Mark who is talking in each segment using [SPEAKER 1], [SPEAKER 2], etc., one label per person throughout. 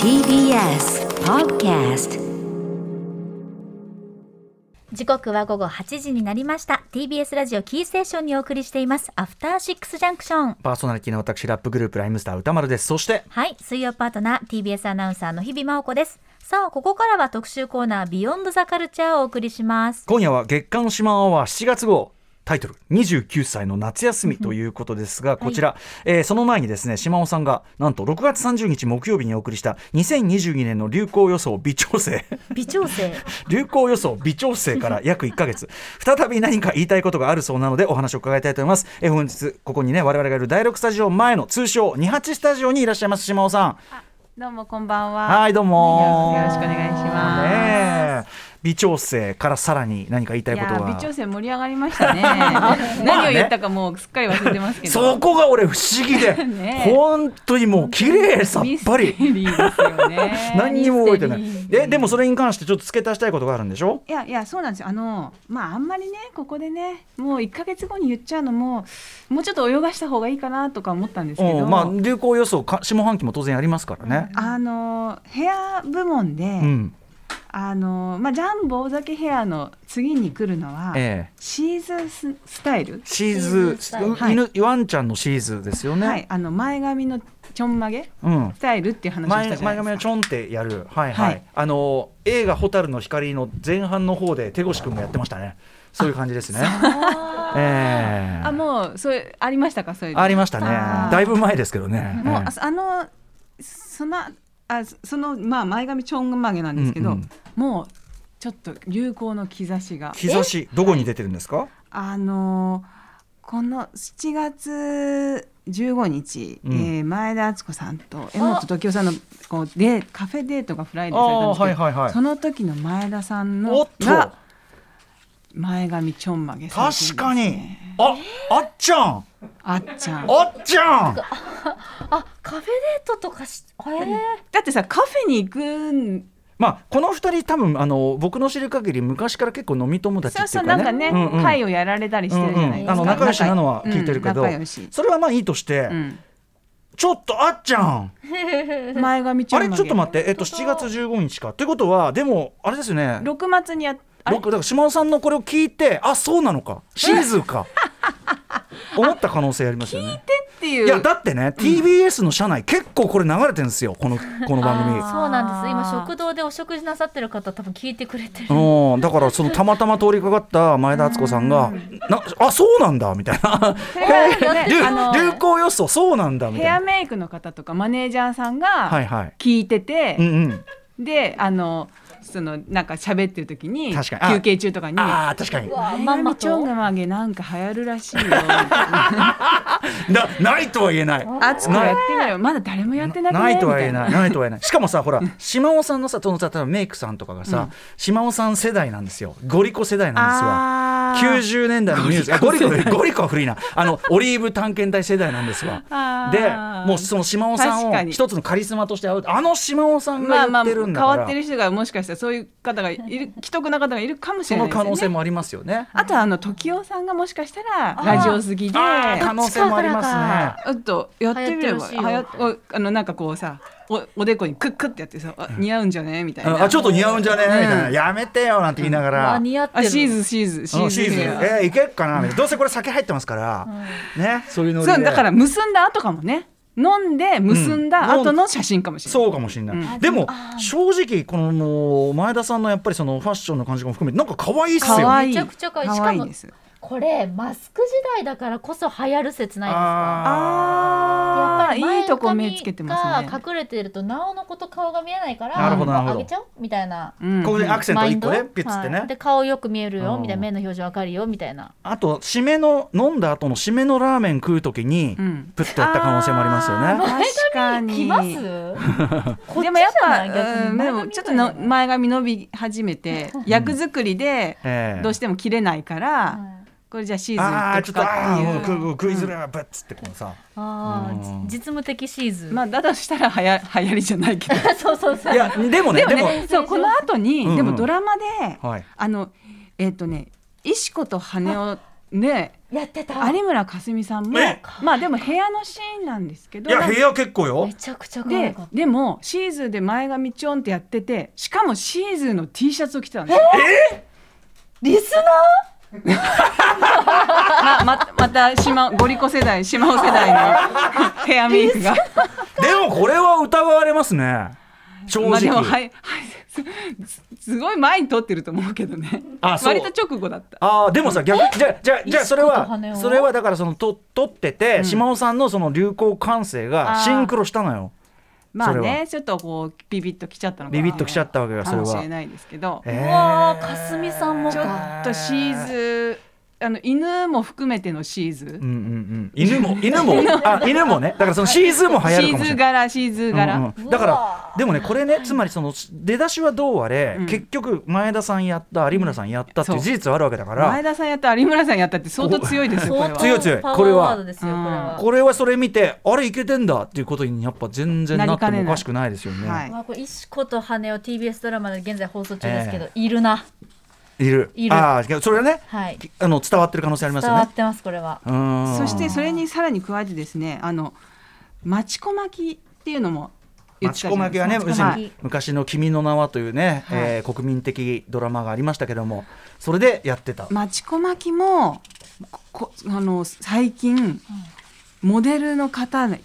[SPEAKER 1] TBS Podcast
[SPEAKER 2] 時刻は午後8時になりました TBS ラジオキーステーションにお送りしていますアフターシックスジャンクション
[SPEAKER 3] パーソナリティの私ラップグループライムスター歌丸ですそして
[SPEAKER 2] はい水曜パートナー TBS アナウンサーの日々真央子ですさあここからは特集コーナービヨンドザカルチャーをお送りします
[SPEAKER 3] 今夜は月刊シマアワー7月号タイトル29歳の夏休みということですが、こちら、えーその前にですね、島尾さんが、なんと6月30日木曜日にお送りした2022年の流行予想微調整、
[SPEAKER 2] 微調整
[SPEAKER 3] 流行予想微調整 から約1ヶ月、再び何か言いたいことがあるそうなのでお話を伺いたいと思います。えー本日、ここにね、我々がいる第6スタジオ前の通称28スタジオにいらっしゃいます島尾さん。
[SPEAKER 4] どうもこんばんは。
[SPEAKER 3] はい、どうも。
[SPEAKER 4] よろしくお願いします。
[SPEAKER 3] ねえ微調整からさらに何か言いたい
[SPEAKER 4] い
[SPEAKER 3] こ
[SPEAKER 4] や
[SPEAKER 3] と
[SPEAKER 4] ー微
[SPEAKER 3] は
[SPEAKER 4] 調整盛り上がりま したね。何を言ったかもうすっかり忘れてますけど。
[SPEAKER 3] そこが俺不思議で
[SPEAKER 4] ねえ
[SPEAKER 3] 本当にもう綺麗さっ
[SPEAKER 4] ミス
[SPEAKER 3] ぱ
[SPEAKER 4] テ
[SPEAKER 3] り。
[SPEAKER 4] リーですよね
[SPEAKER 3] 何にも覚えてない
[SPEAKER 4] ミステリー
[SPEAKER 3] えでもそれに関してちょっと付け足したいことがあるんでしょ
[SPEAKER 4] いやいやそうなんですよあのまああんまりねここでねもう1か月後に言っちゃうのももうちょっと泳がした方がいいかなとか思ったんです
[SPEAKER 3] う
[SPEAKER 4] けど、
[SPEAKER 3] んまあ流行予想か下半期も当然ありますからね
[SPEAKER 4] あのヘア部門で、
[SPEAKER 3] うん
[SPEAKER 4] あのまあジャンボ大崎ヘアの次に来るのは、
[SPEAKER 3] ええ
[SPEAKER 4] シーズンススタイル、
[SPEAKER 3] シー
[SPEAKER 2] シ
[SPEAKER 3] ズ
[SPEAKER 2] ーズ
[SPEAKER 4] はい
[SPEAKER 3] 犬ワンちゃんのシーズですよね、
[SPEAKER 4] はいあの前髪のちょんまげ
[SPEAKER 3] うん
[SPEAKER 4] スタイルっていう話をし
[SPEAKER 3] 前
[SPEAKER 4] たじゃな
[SPEAKER 3] 前
[SPEAKER 4] い
[SPEAKER 3] 髪
[SPEAKER 4] で
[SPEAKER 3] は
[SPEAKER 4] す
[SPEAKER 3] ち
[SPEAKER 4] か。
[SPEAKER 3] ょんってやるはいはい、
[SPEAKER 4] はい
[SPEAKER 3] あの映画「蛍の光」の前半の方で手越くんもやってましたねそういう感じですねええ
[SPEAKER 4] あもうそれありましたかそういうの
[SPEAKER 3] ありましたね
[SPEAKER 4] あー
[SPEAKER 3] だいぶ前ですけどねえ
[SPEAKER 4] もう
[SPEAKER 3] え
[SPEAKER 4] ああのそのあそのまあ前髪ちょんまげなんですけど、
[SPEAKER 3] うんうん
[SPEAKER 4] もうちょっと流行の兆しが
[SPEAKER 3] 日差しどこに出てるんですか
[SPEAKER 4] あのーこの7月15日、
[SPEAKER 3] うん
[SPEAKER 4] えー前田敦子さんと柄本時生さんのこうでカフェデートがフライデーされたんですけど、
[SPEAKER 3] あーはいはいはい
[SPEAKER 4] その時の前田さん
[SPEAKER 3] おっ
[SPEAKER 4] の
[SPEAKER 3] と
[SPEAKER 4] が前髪ちょんまげされてるんです
[SPEAKER 3] 確かに
[SPEAKER 4] ね
[SPEAKER 3] ああっちゃん
[SPEAKER 4] あっちゃん
[SPEAKER 3] あっちゃん
[SPEAKER 2] あカフェデートとかしえ
[SPEAKER 4] だってさカフェに行くん
[SPEAKER 3] まあこの二人多分あの僕の知る限り昔から結構飲み友達
[SPEAKER 4] そ
[SPEAKER 3] っ
[SPEAKER 4] う
[SPEAKER 3] てい
[SPEAKER 4] そうう
[SPEAKER 3] か
[SPEAKER 4] なん
[SPEAKER 3] ね
[SPEAKER 4] かね、
[SPEAKER 3] うんうん
[SPEAKER 4] 会をやられたりしてるじゃないですか、
[SPEAKER 3] うんうんあの仲良しなのは聞いてるけど
[SPEAKER 4] うん仲良し、
[SPEAKER 3] それはまあいいとして
[SPEAKER 4] うん
[SPEAKER 3] ちょっとあっちゃん
[SPEAKER 4] 前髪ちょ
[SPEAKER 3] あ
[SPEAKER 4] んま
[SPEAKER 3] れ
[SPEAKER 4] げ
[SPEAKER 3] ちょっと待ってえっと
[SPEAKER 2] 本当だ
[SPEAKER 3] 7月15日かってことはでもあれですよね
[SPEAKER 4] 六月にやあれ
[SPEAKER 3] 僕だから島尾さんのこれを聞いてあそうなのかシーズー か思った可能性ありますよね
[SPEAKER 4] っていう
[SPEAKER 3] いやだってね TBS の社内結構これ流れてるんですよこのこの番組
[SPEAKER 2] そうなんです今食堂でお食事なさってる方多分聞いてくれてる
[SPEAKER 3] うん、だからそのたまたま通りかかった前田敦子さんが「なあそうなんだ」み たいな
[SPEAKER 4] それは
[SPEAKER 3] 「 流
[SPEAKER 4] ねあの
[SPEAKER 3] 流行予想そうなんだ」み
[SPEAKER 4] ヘ
[SPEAKER 3] た
[SPEAKER 4] ア
[SPEAKER 3] いな。
[SPEAKER 4] メイクの方とかマネージャーさん
[SPEAKER 3] はい
[SPEAKER 4] が
[SPEAKER 3] はい
[SPEAKER 4] 聞いてて、
[SPEAKER 3] うんうん、
[SPEAKER 4] であのそのなんか喋ってる時に
[SPEAKER 3] 確かにあ
[SPEAKER 4] 休憩中とかに
[SPEAKER 3] ああ確かに
[SPEAKER 2] うわ
[SPEAKER 4] 前
[SPEAKER 2] まんま
[SPEAKER 4] 髪ちょ
[SPEAKER 2] と
[SPEAKER 4] んがまげなんか流行るらしいよ
[SPEAKER 3] なないとは言えない
[SPEAKER 4] あつこやってみろよまだ誰もやってなくね
[SPEAKER 3] ないとは言え
[SPEAKER 4] みた
[SPEAKER 3] ないないとは言え ないしかもさほら島尾さんのさそのさ例えばメイクさんとかがさ、島尾さん世代なんですよゴリコ世代なんですわ
[SPEAKER 4] あー
[SPEAKER 3] 90年代のミュージックゴリコゴリコは古いなあのオリーブ探検隊世代なんですわ
[SPEAKER 4] あ
[SPEAKER 3] で
[SPEAKER 4] ー
[SPEAKER 3] もうその島尾さん
[SPEAKER 4] 確
[SPEAKER 3] を
[SPEAKER 4] かに
[SPEAKER 3] 一つのカリスマとして会うあの島尾さん
[SPEAKER 4] ま
[SPEAKER 3] が
[SPEAKER 4] あま
[SPEAKER 3] 言って
[SPEAKER 4] あ
[SPEAKER 3] る
[SPEAKER 4] 変
[SPEAKER 3] んだから、
[SPEAKER 4] わってる人がもしかしたらそういう方がいる既得な方がいるかもし
[SPEAKER 3] そ
[SPEAKER 4] れな
[SPEAKER 3] の
[SPEAKER 4] いです
[SPEAKER 3] 可
[SPEAKER 4] よ
[SPEAKER 3] 能性
[SPEAKER 4] ね。
[SPEAKER 3] もありますよね。
[SPEAKER 4] あとはあの時生さんがもしかしたらラジオ好きで
[SPEAKER 3] あー可能性もありますね。
[SPEAKER 4] ちょっとやってみれ
[SPEAKER 2] 流行って
[SPEAKER 4] ば
[SPEAKER 2] るらしいよ
[SPEAKER 4] はやおあのなんかこうさおおでこにクックってやってさあ似合うんじゃねみたいな
[SPEAKER 3] あちょっと似合うんじゃねえみたいな、
[SPEAKER 4] う
[SPEAKER 3] やめてよなんて言いながら、
[SPEAKER 2] あ似合って
[SPEAKER 4] あ
[SPEAKER 2] る
[SPEAKER 4] シーズンシーズンシ
[SPEAKER 3] う
[SPEAKER 4] ー
[SPEAKER 3] んシーズン
[SPEAKER 4] ズン
[SPEAKER 3] えーいけっかなみたいなどうせこれ酒入ってますから、ねそういうの
[SPEAKER 4] そうだから結んだ後かもね飲んで結んだ後の写真かもしれない、
[SPEAKER 3] そうかもしれない、
[SPEAKER 4] う
[SPEAKER 3] でも正直このもう前田さんのやっぱりそのファッションの感じも含めてなんか可愛いっすよ
[SPEAKER 4] 可愛い
[SPEAKER 2] めちゃくちゃ可愛い
[SPEAKER 4] 可愛
[SPEAKER 2] しかも
[SPEAKER 4] です
[SPEAKER 2] これマスク時代だからこそ流行る説ないですかやっ
[SPEAKER 4] ああ
[SPEAKER 2] ぱり
[SPEAKER 4] いいとこ目つけてますね
[SPEAKER 2] 前髪が隠れてるとなおのこと顔が見えないから
[SPEAKER 3] なるほどなるほど
[SPEAKER 2] あげちゃおうみたいな
[SPEAKER 4] うん
[SPEAKER 3] ここでアクセント
[SPEAKER 2] マイ
[SPEAKER 3] 1
[SPEAKER 2] ンド
[SPEAKER 3] 個でピュッつってね、
[SPEAKER 2] はいで顔よく見えるよ
[SPEAKER 3] うん
[SPEAKER 2] みたいな目の表情わかるよみたいな
[SPEAKER 3] あと締めの飲んだ後の締めのラーメン食う時に、
[SPEAKER 4] うん
[SPEAKER 3] プッとやった可能性もありますよね。
[SPEAKER 4] あー確かに
[SPEAKER 2] 来ますこっちじ
[SPEAKER 4] で
[SPEAKER 2] ゃ
[SPEAKER 4] もやっ
[SPEAKER 2] ない
[SPEAKER 4] ぱ、
[SPEAKER 2] 逆
[SPEAKER 4] うん、
[SPEAKER 2] に
[SPEAKER 4] でもちょっとの前髪伸び始めて役作りで
[SPEAKER 3] ええ
[SPEAKER 4] どうしても切れないから、
[SPEAKER 2] はい
[SPEAKER 4] これじゃあシーズン
[SPEAKER 3] あ
[SPEAKER 4] 行
[SPEAKER 3] あ
[SPEAKER 4] っ
[SPEAKER 3] ちょ
[SPEAKER 4] と
[SPEAKER 3] っとあ
[SPEAKER 4] くか
[SPEAKER 3] あ
[SPEAKER 4] って
[SPEAKER 3] も
[SPEAKER 4] いうう
[SPEAKER 3] 食う食いづらいぶっつってこのさ
[SPEAKER 2] あー
[SPEAKER 3] うん
[SPEAKER 2] じ実務的シーズン、
[SPEAKER 4] まあだとしたらはや 流行りじゃないけど
[SPEAKER 2] そうそうそう
[SPEAKER 3] いやでもね
[SPEAKER 4] で
[SPEAKER 3] で
[SPEAKER 4] も
[SPEAKER 3] も
[SPEAKER 4] ねそうこの後に、
[SPEAKER 3] うんうん
[SPEAKER 4] でもドラマで、
[SPEAKER 3] はい
[SPEAKER 4] あのえっ、とね石子と羽男ね
[SPEAKER 2] やってた
[SPEAKER 4] 有村架純さんも
[SPEAKER 3] ね
[SPEAKER 4] まあでも部屋のシーンなんですけど
[SPEAKER 3] いや
[SPEAKER 4] なん
[SPEAKER 3] 部
[SPEAKER 4] か
[SPEAKER 3] 屋結構よ
[SPEAKER 2] めちゃくちゃ可愛
[SPEAKER 4] で
[SPEAKER 2] かった
[SPEAKER 4] でもシーズーで前髪ちょんってやっててしかもシーズーの T シャツを着てたんですよ
[SPEAKER 2] リスナー
[SPEAKER 4] まままた島ゴリコ世代島尾世代 のヘアメイクが
[SPEAKER 3] でもこれは疑われますね正
[SPEAKER 4] まあで
[SPEAKER 3] 直、
[SPEAKER 4] もはい、はい、すすごい前に撮ってると思うけどね
[SPEAKER 3] あそう
[SPEAKER 4] 割と直後だった
[SPEAKER 3] あーでもさ逆にじゃあじゃあじゃあそれ
[SPEAKER 2] いつこと羽
[SPEAKER 3] は
[SPEAKER 2] を
[SPEAKER 3] それはだからそのと取ってて、
[SPEAKER 4] ん
[SPEAKER 3] 島尾さんのその流行感性が
[SPEAKER 2] あー
[SPEAKER 3] シンクロしたのよ
[SPEAKER 4] まあ
[SPEAKER 3] それ
[SPEAKER 4] ねちょっとこうビビッときちゃったのかな
[SPEAKER 3] ビビッときちゃったわけがそ
[SPEAKER 4] か
[SPEAKER 3] れ
[SPEAKER 4] もしれ
[SPEAKER 3] は。
[SPEAKER 4] ないですけど、
[SPEAKER 3] え
[SPEAKER 2] う
[SPEAKER 3] ー
[SPEAKER 2] わーかすみさんも
[SPEAKER 4] ちょっ
[SPEAKER 2] か
[SPEAKER 4] とシーズーあの犬も含めてのシーズ
[SPEAKER 3] うん
[SPEAKER 4] ー
[SPEAKER 3] うんうん、犬も犬もあ犬もねだからそのシーズーも流行る
[SPEAKER 4] シ
[SPEAKER 3] かも
[SPEAKER 4] ー
[SPEAKER 3] し
[SPEAKER 4] ズ
[SPEAKER 3] れな
[SPEAKER 4] ー
[SPEAKER 3] い。
[SPEAKER 4] 柄シーズー柄、
[SPEAKER 3] うんうんだか
[SPEAKER 2] う
[SPEAKER 3] ら
[SPEAKER 2] わ
[SPEAKER 3] でもねこれねつまりその出だしはどうあれ、
[SPEAKER 4] うん
[SPEAKER 3] 結局前田さんやった有村さんやったっていう
[SPEAKER 4] そう
[SPEAKER 3] 事実はあるわけだから
[SPEAKER 4] 前田さんやった有村さんやったって相当強いですよこれは
[SPEAKER 3] 当強い強い
[SPEAKER 2] パワー
[SPEAKER 3] これは
[SPEAKER 2] ワードですよこれは
[SPEAKER 3] これはそれ見てあれいけてんだっていうことにやっぱ全然なって
[SPEAKER 4] なりかね
[SPEAKER 3] も
[SPEAKER 4] な
[SPEAKER 3] おか
[SPEAKER 4] い
[SPEAKER 3] しくないですよね。
[SPEAKER 4] はい
[SPEAKER 3] い、
[SPEAKER 2] わあこれ石子と羽を TBS ドラマで現在放送中ですけど、いるな、
[SPEAKER 3] る
[SPEAKER 2] いる
[SPEAKER 3] ああそれはね
[SPEAKER 2] はい、
[SPEAKER 3] あの伝わってる可能性あります
[SPEAKER 2] 伝
[SPEAKER 3] よ
[SPEAKER 2] わ
[SPEAKER 3] ね
[SPEAKER 2] っ。てますこれは。
[SPEAKER 3] うん
[SPEAKER 4] そしてそれにさらに加えてですねあの町子巻きっていうのも言って
[SPEAKER 3] 町
[SPEAKER 4] た
[SPEAKER 3] 子
[SPEAKER 4] じゃない
[SPEAKER 3] 巻き
[SPEAKER 4] です
[SPEAKER 3] は
[SPEAKER 4] か
[SPEAKER 2] 町子巻き
[SPEAKER 3] ね、要するに昔の「君の名は」というね、
[SPEAKER 4] はい
[SPEAKER 3] えー国民的ドラマがありましたけどもそれでやってた。
[SPEAKER 4] 町子巻きもこあの最近モデルの方々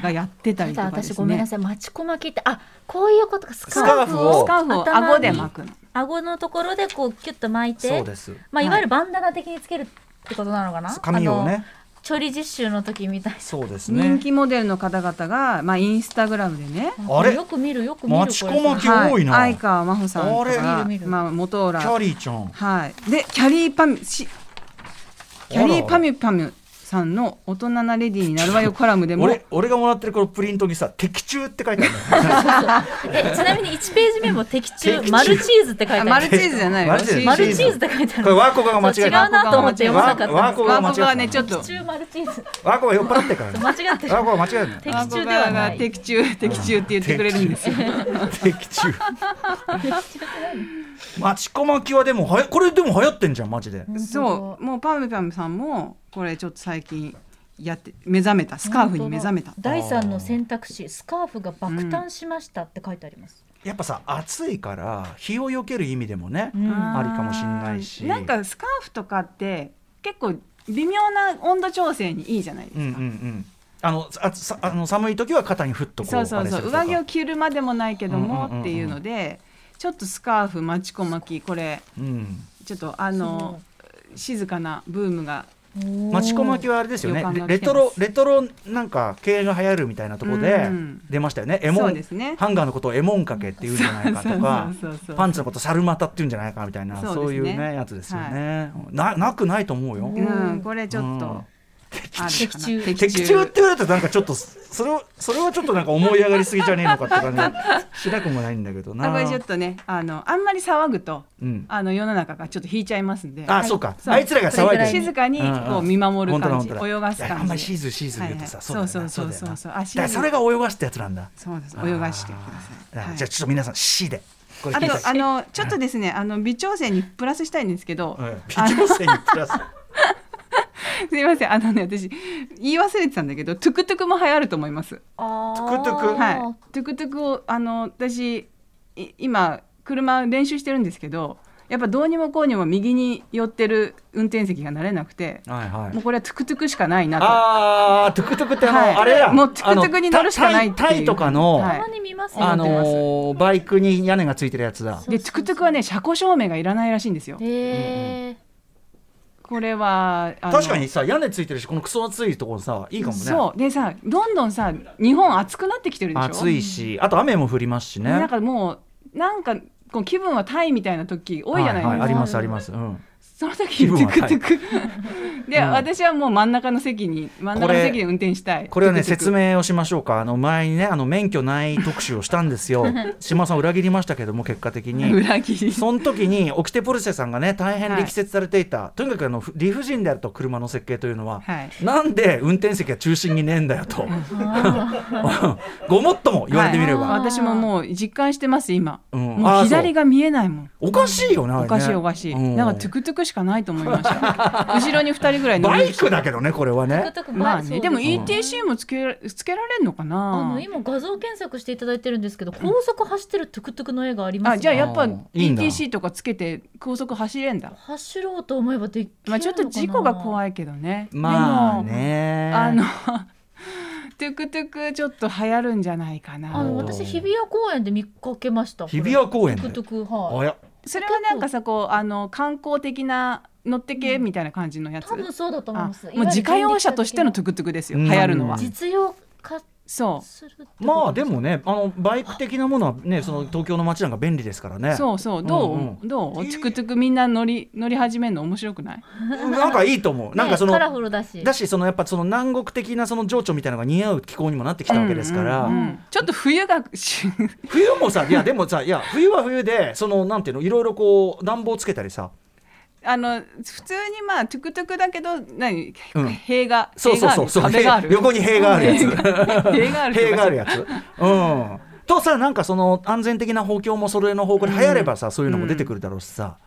[SPEAKER 4] がやってたりとかです
[SPEAKER 2] 私
[SPEAKER 4] ね
[SPEAKER 2] ごめんなさい、マチコ巻きって、あ、こういうことか、ス
[SPEAKER 3] カーフ
[SPEAKER 2] カーフを
[SPEAKER 4] スカーフを
[SPEAKER 2] 頭
[SPEAKER 4] 顎
[SPEAKER 2] に
[SPEAKER 4] で巻くの
[SPEAKER 2] 顎のところでこうキュッと巻いて、
[SPEAKER 3] そうです
[SPEAKER 2] まあ
[SPEAKER 4] はい
[SPEAKER 2] いわゆるバンダナ的につけるってことなのかな？
[SPEAKER 3] 髪を
[SPEAKER 2] あの
[SPEAKER 3] ね
[SPEAKER 2] 調理実習の時みたい
[SPEAKER 3] そうです
[SPEAKER 4] 人
[SPEAKER 3] ね
[SPEAKER 4] 気モデルの方々が、まあ、インスタグラムでね
[SPEAKER 2] な。
[SPEAKER 3] あれ
[SPEAKER 2] よく見るよく見るこれ。
[SPEAKER 3] マチコ巻き
[SPEAKER 4] は
[SPEAKER 3] 多いな
[SPEAKER 4] 相川真帆さんと
[SPEAKER 3] あれ
[SPEAKER 4] か
[SPEAKER 2] 見る見る
[SPEAKER 4] まあ、元
[SPEAKER 3] キ
[SPEAKER 4] 浦
[SPEAKER 3] ャリーちゃん
[SPEAKER 4] はい、でキャリーパミュしキャリーパミュパミュさんの「大人なレディーになるわよ」コラムでも
[SPEAKER 3] 俺俺がもらってるこのプリントにさ「的中」って書いてあるん だよ
[SPEAKER 2] えちなみに1ページ目も的中
[SPEAKER 3] 的中
[SPEAKER 2] マルチーズって書いてあ
[SPEAKER 4] あ
[SPEAKER 2] る。
[SPEAKER 4] マルチーズじゃないよ
[SPEAKER 3] マルチーズ
[SPEAKER 2] マルチーズって書いてあ
[SPEAKER 3] これ
[SPEAKER 2] る。
[SPEAKER 3] ワーコが間違
[SPEAKER 2] そう違
[SPEAKER 3] え
[SPEAKER 2] う
[SPEAKER 3] た
[SPEAKER 2] なと思って読まなかったんです
[SPEAKER 3] ワーコが間違え
[SPEAKER 4] ワーコ
[SPEAKER 3] た
[SPEAKER 4] がねちょっと
[SPEAKER 2] 的中マルチーズ
[SPEAKER 3] ワーコが酔っ払って からね
[SPEAKER 2] 間違ってる
[SPEAKER 3] ワ。ーコが間違えた
[SPEAKER 2] 的
[SPEAKER 3] ね
[SPEAKER 2] 中ではな
[SPEAKER 4] あ
[SPEAKER 2] い。
[SPEAKER 4] 的中的中って言ってくれるんですよ
[SPEAKER 3] 的中マチコ巻きはでもはやこれでも流行ってんじゃんマジで
[SPEAKER 4] そうもうパムパムさんもこれちょっと最近やって目覚めたスカーフに目覚めた
[SPEAKER 2] 第三の選択肢スカーフが爆誕しましたって書いてあります。
[SPEAKER 3] やっぱさ暑いから日を避ける意味でもね
[SPEAKER 2] うん
[SPEAKER 4] あー
[SPEAKER 3] ありかもしんないし
[SPEAKER 4] なんかスカーフとかって結構微妙な温度調整にいいじゃないです
[SPEAKER 3] う
[SPEAKER 4] か、
[SPEAKER 3] んうんうんあのあさあの寒い時は肩にふっとこう
[SPEAKER 4] そうそう
[SPEAKER 3] あれす
[SPEAKER 4] そ
[SPEAKER 3] る
[SPEAKER 4] う
[SPEAKER 3] とか
[SPEAKER 4] 上着を着るまでもないけど
[SPEAKER 3] うんうんうんうん
[SPEAKER 4] もっていうので、ちょっとスカーフマチコ巻きこれ
[SPEAKER 3] うん
[SPEAKER 4] ちょっとあの静かなブームが
[SPEAKER 3] マチコ巻き
[SPEAKER 2] は
[SPEAKER 3] はあれですよね
[SPEAKER 4] 予感が来
[SPEAKER 3] レ
[SPEAKER 4] て
[SPEAKER 3] ト
[SPEAKER 4] ま
[SPEAKER 3] ロ
[SPEAKER 4] す
[SPEAKER 3] レトロなんか系が流行るみたいなところで
[SPEAKER 4] うん
[SPEAKER 3] 出ましたよね、エモ
[SPEAKER 4] そ
[SPEAKER 3] ン
[SPEAKER 4] うですね
[SPEAKER 3] ハンガーのことをエモンかけっていうんじゃないかとか
[SPEAKER 4] そうそうそう
[SPEAKER 3] パンツのことサルマタっていうんじゃないかみたいなそう,、
[SPEAKER 4] そう
[SPEAKER 3] い
[SPEAKER 4] です
[SPEAKER 3] う
[SPEAKER 4] ね
[SPEAKER 3] ねやつですよね、ななくないと思うよ、
[SPEAKER 4] うんこれちょっと、
[SPEAKER 3] うん
[SPEAKER 4] あるかな
[SPEAKER 2] 中
[SPEAKER 3] 的中って言われたらなんかちょっとそれをそれはちょっとなんか思い上がりすぎじゃねえのかって感じがしなくもないんだけど
[SPEAKER 4] あ
[SPEAKER 3] な
[SPEAKER 4] これちょっとねあのあんまり騒ぐと
[SPEAKER 3] うん、
[SPEAKER 4] あの世の中がちょっと引いちゃいますんで
[SPEAKER 3] あそうか
[SPEAKER 4] そう
[SPEAKER 3] あいつらが騒いでる
[SPEAKER 4] 静かに
[SPEAKER 3] うん
[SPEAKER 4] こう見守る
[SPEAKER 3] 本当だ
[SPEAKER 4] 感じ
[SPEAKER 3] 本当だ
[SPEAKER 4] 泳がす
[SPEAKER 3] いや
[SPEAKER 4] 感
[SPEAKER 3] あんまりシー
[SPEAKER 4] じ
[SPEAKER 3] ズーシーズー言うとさ、
[SPEAKER 4] はいはい
[SPEAKER 3] そうだよな
[SPEAKER 4] そうそう
[SPEAKER 3] だよな
[SPEAKER 4] そうそうあシーズー
[SPEAKER 3] だからそれが泳がしてやつなんだ
[SPEAKER 4] そうです泳がしてください、
[SPEAKER 3] あ
[SPEAKER 4] は
[SPEAKER 3] ー
[SPEAKER 4] い
[SPEAKER 3] じゃあちょっと皆さん C でこれ
[SPEAKER 4] あ
[SPEAKER 3] 聞いて
[SPEAKER 4] とあのちょっとですねあの微調整にプラスしたいんですけど、
[SPEAKER 3] うん微
[SPEAKER 4] あの
[SPEAKER 3] 調整にプラス
[SPEAKER 4] すみませんあのね私言い忘れてたんだけどトゥクトゥクも流行ると思います。
[SPEAKER 3] トゥクトゥク
[SPEAKER 4] はい。トゥクトゥクをあの私い今車練習してるんですけど、やっぱどうにもこうにも右に寄ってる運転席が慣れなくて、
[SPEAKER 3] はいはい
[SPEAKER 4] もうこれはトゥクトゥクしかないなと。
[SPEAKER 3] あートゥクトゥクってあの、
[SPEAKER 4] はい
[SPEAKER 3] あれや
[SPEAKER 4] もうトゥクトゥクに乗るしかないっていう
[SPEAKER 3] あのタイタイとかの、
[SPEAKER 4] は
[SPEAKER 2] た
[SPEAKER 4] い
[SPEAKER 2] まに見ますよ。
[SPEAKER 3] あのーバイクに屋根がついてるやつだ
[SPEAKER 4] でトゥクトゥクはね車庫証明がいらないらしいんですよ。
[SPEAKER 2] へー
[SPEAKER 4] これはあの
[SPEAKER 3] 確かにさ屋根ついてるしこのクソ暑いところさいいかもね
[SPEAKER 4] そうでさどんどんさ日本暑くなってきてるでしょ。
[SPEAKER 3] 暑いしあと雨も降りますしね
[SPEAKER 4] なんかもうなんかこう気分はタイみたいな時多いじゃないですか。
[SPEAKER 3] ははありますあります、うん、
[SPEAKER 4] その時
[SPEAKER 3] 気分
[SPEAKER 4] に
[SPEAKER 3] は
[SPEAKER 4] トゥクトゥク、 で、
[SPEAKER 3] うん
[SPEAKER 4] 私はもう真ん中の席に真ん中の席で運転したい
[SPEAKER 3] これはね
[SPEAKER 4] トゥクト
[SPEAKER 3] 説
[SPEAKER 4] ゥク
[SPEAKER 3] 明をしましょうかあの前にねあの免許ない特集をしたんです よ島さん裏切りましたけども結果的に
[SPEAKER 4] 裏切り
[SPEAKER 3] その時にオキテポルシェさんがね大変力説されていた、とにかくあのふ理不尽であると車の設計というのは、
[SPEAKER 4] はい
[SPEAKER 3] なんで運転席が中心にねえんだよと ごもっとも言われてみれば、
[SPEAKER 4] はい私ももう実感してます今、
[SPEAKER 3] うん
[SPEAKER 4] も
[SPEAKER 3] あー
[SPEAKER 4] う左が見えないもん
[SPEAKER 3] おかしいよねあれね
[SPEAKER 4] おかしいおかしい、
[SPEAKER 3] うん
[SPEAKER 4] なんかトゥクトゥクししかないと思いました 後ろに2人ぐらい乗る
[SPEAKER 3] バイ
[SPEAKER 4] んですよ
[SPEAKER 3] クだけどねこれはね
[SPEAKER 2] トゥクトゥク
[SPEAKER 4] ま
[SPEAKER 2] バ
[SPEAKER 4] あ
[SPEAKER 2] イク
[SPEAKER 4] ねでも
[SPEAKER 2] そうす
[SPEAKER 4] ETC もつけらつけられるのか
[SPEAKER 2] あ
[SPEAKER 4] な
[SPEAKER 2] の今画像検索していただいてるんですけど高速走ってるトゥクトゥクの絵があります
[SPEAKER 4] あじゃあやっぱ
[SPEAKER 3] あーいいんだ
[SPEAKER 4] ETC とかつけて高速走れんだ
[SPEAKER 2] 走ろうと思えばできるのかな
[SPEAKER 4] まあちょっと事故が怖いけどね
[SPEAKER 3] まあ
[SPEAKER 4] でも
[SPEAKER 3] ね
[SPEAKER 4] あのトゥクトゥクちょっと流行るんじゃないか
[SPEAKER 2] あの
[SPEAKER 4] な
[SPEAKER 3] お
[SPEAKER 2] 私日比谷公園で見かけましたこれ
[SPEAKER 3] 日比谷公園
[SPEAKER 2] トゥ
[SPEAKER 3] で
[SPEAKER 2] クトゥクは
[SPEAKER 3] お
[SPEAKER 2] い
[SPEAKER 3] や
[SPEAKER 4] それはなんかさこうあの観光的な乗ってけみたいな感じのやつ、
[SPEAKER 2] 多分そうだと思い
[SPEAKER 4] あ
[SPEAKER 2] ます
[SPEAKER 4] もう自家用車としてのト
[SPEAKER 2] ゥ
[SPEAKER 4] ゥクトゥクですよ
[SPEAKER 3] うん
[SPEAKER 4] 流行るのは
[SPEAKER 2] 実用化
[SPEAKER 4] そ
[SPEAKER 2] するってこと
[SPEAKER 3] まあでもねあのバイク的なものはねその東京の街なんか便利ですからね
[SPEAKER 4] うそうそうどう、
[SPEAKER 3] うんう
[SPEAKER 4] どう
[SPEAKER 3] いい
[SPEAKER 4] トゥクトゥクみんな乗り乗り始めるの面白くない
[SPEAKER 3] なんかいいと思うなんかその
[SPEAKER 2] ねカラフルだし
[SPEAKER 3] だしそのやっぱその南国的なその情緒みたいなのが似合う気候にもなってきたわけですから、
[SPEAKER 4] うんうんうんちょっと冬がし
[SPEAKER 3] 冬もさいやでもさいや冬は冬でそのなんていうのいろいろこう暖房つけたりさ
[SPEAKER 4] あの普通にまあトゥクトゥクだけど何、
[SPEAKER 3] うん
[SPEAKER 4] 塀が
[SPEAKER 3] そうそうそうそう
[SPEAKER 4] 塀がある
[SPEAKER 3] 塀横に塀があるやつ
[SPEAKER 4] 塀があるとか
[SPEAKER 3] 塀があるやつうんとさなんかその安全的な補強もそれの方向で流行ればさ、そういうのも出てくるだろうしさ、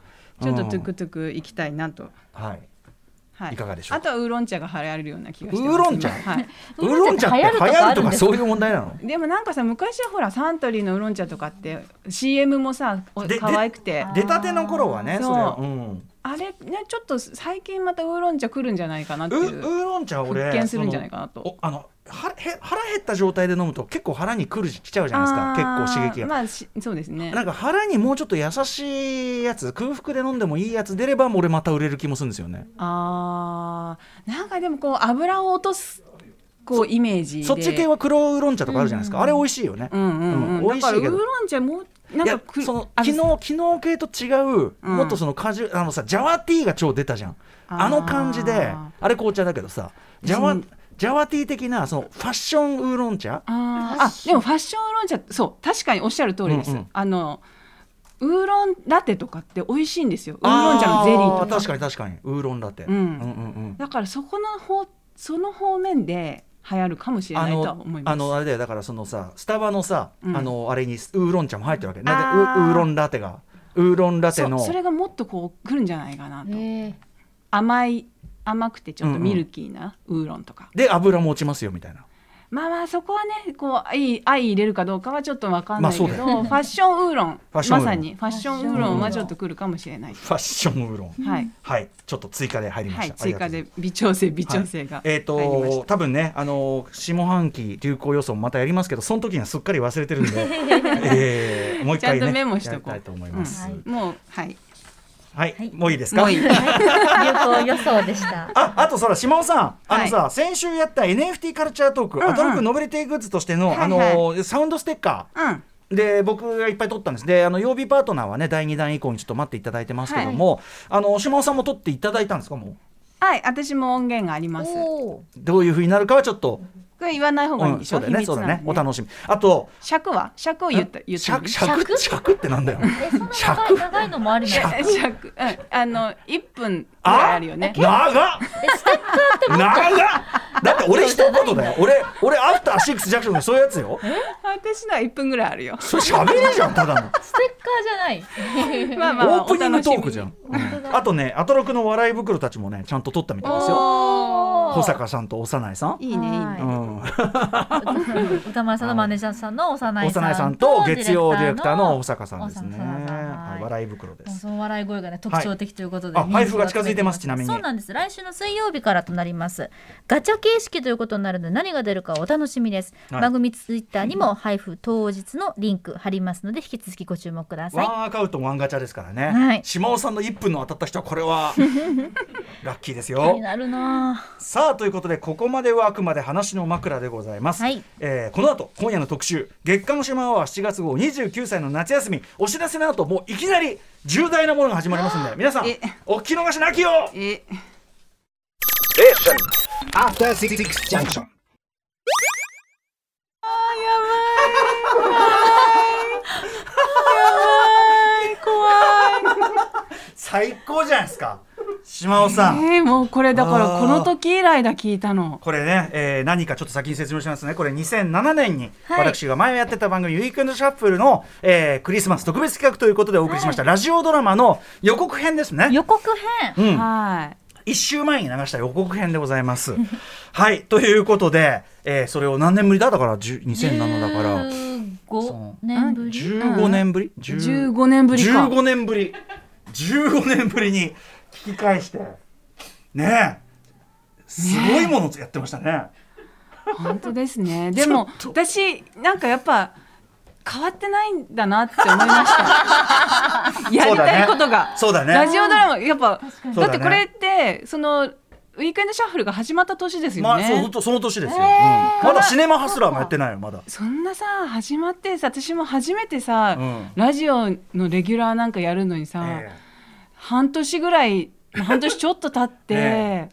[SPEAKER 4] ちょっとトゥ
[SPEAKER 3] うん
[SPEAKER 4] クトゥク行きたいなと、
[SPEAKER 3] はい
[SPEAKER 4] はい、
[SPEAKER 3] いかがでしょうか
[SPEAKER 4] あとはウーロン茶が流行るような気がしてます
[SPEAKER 3] ウーロン茶
[SPEAKER 4] はい
[SPEAKER 3] ウーロン茶って流行るとかそういう問題なの
[SPEAKER 4] でもなんかさ昔はほらサントリーのウーロン茶とかって CM もさお
[SPEAKER 3] でで
[SPEAKER 4] 可愛くて
[SPEAKER 3] 出たての頃はね
[SPEAKER 4] あー
[SPEAKER 3] それは
[SPEAKER 4] そううんあれねちょっと最近またウーロン茶来るんじゃないかなって
[SPEAKER 3] ウ
[SPEAKER 4] い
[SPEAKER 3] ウ
[SPEAKER 4] う
[SPEAKER 3] ーロン茶俺
[SPEAKER 4] 復元するんじゃないかなと
[SPEAKER 3] そのおあのはへ腹減った状態で飲むと結構腹にくるし来ちゃうじゃないですか結構刺激が、
[SPEAKER 4] まあしそうですね
[SPEAKER 3] なんか腹にもうちょっと優しいやつ空腹で飲んでもいいやつ出ればもう俺また売れる気もするんですよね
[SPEAKER 4] あーなんかでもこう油を落とすこうイメージで
[SPEAKER 3] そっち系は黒ウーロン茶とかあるじゃないですか、あれ美味しいよね、
[SPEAKER 4] うんうん、うん、
[SPEAKER 3] うん美味
[SPEAKER 4] だ
[SPEAKER 3] しい
[SPEAKER 4] か
[SPEAKER 3] け
[SPEAKER 4] ら
[SPEAKER 3] ど
[SPEAKER 4] ウーロン茶もなん
[SPEAKER 3] い
[SPEAKER 4] か
[SPEAKER 3] や
[SPEAKER 4] く
[SPEAKER 3] その
[SPEAKER 4] あ
[SPEAKER 3] 機能機能系と違う、
[SPEAKER 4] うん
[SPEAKER 3] もっとその果汁あのさジャワティーが超出たじゃん
[SPEAKER 4] あー
[SPEAKER 3] あの感じであれ紅茶だけどさジャワ
[SPEAKER 4] 私
[SPEAKER 3] ジャワティー的なそのファッションウーロン茶
[SPEAKER 4] あ
[SPEAKER 2] ファ
[SPEAKER 4] ー
[SPEAKER 2] ッ
[SPEAKER 4] あ
[SPEAKER 2] ション
[SPEAKER 4] でもファッションウーロン茶そう確かにおっしゃる通りです、
[SPEAKER 3] うんうん
[SPEAKER 4] あのウーロンラテとかって美味しいんですよウーロン茶のゼリーと
[SPEAKER 3] あ
[SPEAKER 4] か
[SPEAKER 3] 確かに確かにウーロンラテ、
[SPEAKER 4] うん
[SPEAKER 3] うんうん
[SPEAKER 4] だからそこの方その方面で流行るかもしれ
[SPEAKER 3] あ
[SPEAKER 4] ないとは
[SPEAKER 3] の
[SPEAKER 4] 思います
[SPEAKER 3] あのあれだよだからそのさスタバのさ、
[SPEAKER 4] うん
[SPEAKER 3] あのあれにウーロン茶も入ってるわけなん
[SPEAKER 4] あ
[SPEAKER 3] で
[SPEAKER 4] ー
[SPEAKER 3] ウウーロンラテがウーロンラテ
[SPEAKER 4] そ
[SPEAKER 3] の
[SPEAKER 4] それがもっとこう来るんじゃないかな
[SPEAKER 2] へ
[SPEAKER 4] と、
[SPEAKER 2] え
[SPEAKER 4] 甘い甘くてちょっとミルキーなウーロンとか、
[SPEAKER 3] で油も落ちますよみたいな
[SPEAKER 4] まあまあそこはねこういい愛入れるかどうかはちょっとわかんないけど、
[SPEAKER 3] まあそう
[SPEAKER 4] ファッションウーロン
[SPEAKER 3] ファッションウーロン
[SPEAKER 4] まさにファッションウーロンはちょっと来るかもしれない、
[SPEAKER 3] ファッションウーロン
[SPEAKER 4] はい、
[SPEAKER 3] はいちょっと追加で入りま
[SPEAKER 4] は
[SPEAKER 3] し
[SPEAKER 4] い、
[SPEAKER 3] た、
[SPEAKER 4] 追
[SPEAKER 3] ありがとうございま
[SPEAKER 4] 加
[SPEAKER 3] す
[SPEAKER 4] で微調整微調整が、
[SPEAKER 3] えー、
[SPEAKER 4] 入りまし
[SPEAKER 3] と
[SPEAKER 4] た
[SPEAKER 3] 多分ね、あのー下半期流行予想もまたやりますけどその時にはすっかり忘れてるんで、え ーもう一回、ね、
[SPEAKER 4] ちゃんとメモしとこう
[SPEAKER 3] やりたいと思います、
[SPEAKER 2] うん
[SPEAKER 4] もうはい
[SPEAKER 3] はい、
[SPEAKER 2] はい
[SPEAKER 3] もういいですか
[SPEAKER 4] もういい
[SPEAKER 2] 流行予想でした
[SPEAKER 3] ああとそら島尾さんあのさ、先週やった NFT カルチャートーク、
[SPEAKER 4] うんうん
[SPEAKER 3] アトロックノベルティグッズとしての、
[SPEAKER 4] はいはい
[SPEAKER 3] あのーサウンドステッカー
[SPEAKER 4] うん
[SPEAKER 3] で僕がいっぱい撮ったんですであの曜日パートナーはね第2弾以降にちょっと待っていただいてますけども、あの島尾さんも撮っていただいたんですかもう
[SPEAKER 4] はい私も音源がありますこ
[SPEAKER 2] おー
[SPEAKER 3] どういうふうになるかはちょっと、
[SPEAKER 4] れ言わない方がいい
[SPEAKER 3] うんん
[SPEAKER 4] でし
[SPEAKER 3] そ
[SPEAKER 4] ょ、
[SPEAKER 3] うだよね
[SPEAKER 4] 秘
[SPEAKER 3] そう
[SPEAKER 4] 密
[SPEAKER 3] だ
[SPEAKER 4] なん
[SPEAKER 3] よね
[SPEAKER 4] で
[SPEAKER 3] お楽しみあと
[SPEAKER 4] 尺は尺を言った言った
[SPEAKER 3] 尺尺尺ってなんだ よ尺
[SPEAKER 2] 尺長いのもあるね。
[SPEAKER 4] え 尺うんあの一分ぐらい
[SPEAKER 3] あ
[SPEAKER 4] あるよね
[SPEAKER 3] 長っ長っだって俺一言だよ俺俺アフターシックスジャクソンのそういうやつ よ
[SPEAKER 4] 私のは一分ぐらいあるよ
[SPEAKER 3] それ喋りじゃんただの
[SPEAKER 2] ステッカーじゃ ない。
[SPEAKER 4] まあまあ
[SPEAKER 3] オープニングトークじゃん、
[SPEAKER 2] 当だ
[SPEAKER 3] うんあとねアトロクの笑い袋たちもねちゃんと撮ったみたいですよ
[SPEAKER 4] お
[SPEAKER 3] 保坂さんと幼いさん
[SPEAKER 4] いいねいい
[SPEAKER 2] は
[SPEAKER 4] ね
[SPEAKER 2] い
[SPEAKER 3] うん、
[SPEAKER 2] 歌丸さんのマネージャーさんの幼いさん
[SPEAKER 3] 幼いさんと月曜ディレクターの保坂さんですね、
[SPEAKER 2] 保坂さん
[SPEAKER 3] はい笑い袋で
[SPEAKER 2] もう
[SPEAKER 3] す
[SPEAKER 2] その笑い声がね特徴的ということで、
[SPEAKER 3] あ配布が近づいてますちなみに
[SPEAKER 2] そうなんです来週の水曜日からとなりますガチャ形式ということになるので何が出るかお楽しみです、
[SPEAKER 3] はい
[SPEAKER 2] 番組ツイッターにも 配布当日のリンク貼りますので引き続きご注目くださ
[SPEAKER 3] ワ
[SPEAKER 2] い
[SPEAKER 3] ンアカウントもワンガチャですからね、
[SPEAKER 2] はい
[SPEAKER 3] 島尾さんの1分の当たった人はこれ はラッキーです
[SPEAKER 2] 気
[SPEAKER 3] よ
[SPEAKER 2] になるなぁ
[SPEAKER 3] さあということでここまではあくまで話の枕でございます、
[SPEAKER 2] はい
[SPEAKER 3] えーこの後今夜の特集月刊島アワー7月号29歳の夏休みお知らせの後もういきなり重大なものが始まりますんで皆さん
[SPEAKER 4] え
[SPEAKER 3] お聞き逃しなきよ
[SPEAKER 4] え
[SPEAKER 5] After Six Junction.
[SPEAKER 4] 怖い
[SPEAKER 3] 最高じゃないですか島尾さん、
[SPEAKER 4] えー、もうこれだか
[SPEAKER 3] あ
[SPEAKER 4] ら
[SPEAKER 3] ー
[SPEAKER 4] この時以来だ聞いたの
[SPEAKER 3] これね、えー何かちょっと先に説明しますね、これ2007年に
[SPEAKER 2] はい
[SPEAKER 3] 私が前やってた番組、ウィークエンドシャッフルの、えークリスマス特別企画ということでお送りしました、ラジオドラマの予告編ですね。
[SPEAKER 2] 予告編
[SPEAKER 3] うん、
[SPEAKER 4] はい
[SPEAKER 3] 一週前に流した予告編でございます。 はいということで、えーそれを何年ぶりだだから10 2007だから
[SPEAKER 2] 15年ぶり
[SPEAKER 3] 15年ぶり、10
[SPEAKER 4] 15年ぶりか
[SPEAKER 3] 15年ぶり15年ぶりに聞き返してねえすごいものやってましたね。
[SPEAKER 4] 本当で すねでも私なんかやっぱ変わってないんだなって思いま したやりたいことが、
[SPEAKER 3] そうだね。
[SPEAKER 4] ラジオドラマやっぱ
[SPEAKER 3] に
[SPEAKER 4] だってこれってそのウィークエンドシャッフルが始まった年です
[SPEAKER 3] ま
[SPEAKER 4] よ
[SPEAKER 3] あ、
[SPEAKER 4] ね、
[SPEAKER 3] そうほんとその年ですよ、うんまだシネマハスラーもやってないよまだ、
[SPEAKER 4] そんなさ始まってさ私も初めてさ、
[SPEAKER 3] うん
[SPEAKER 4] ラジオのレギュラーなんかやるのにさ、
[SPEAKER 3] え
[SPEAKER 4] 半年ぐらい半年ちょっと経って、
[SPEAKER 3] え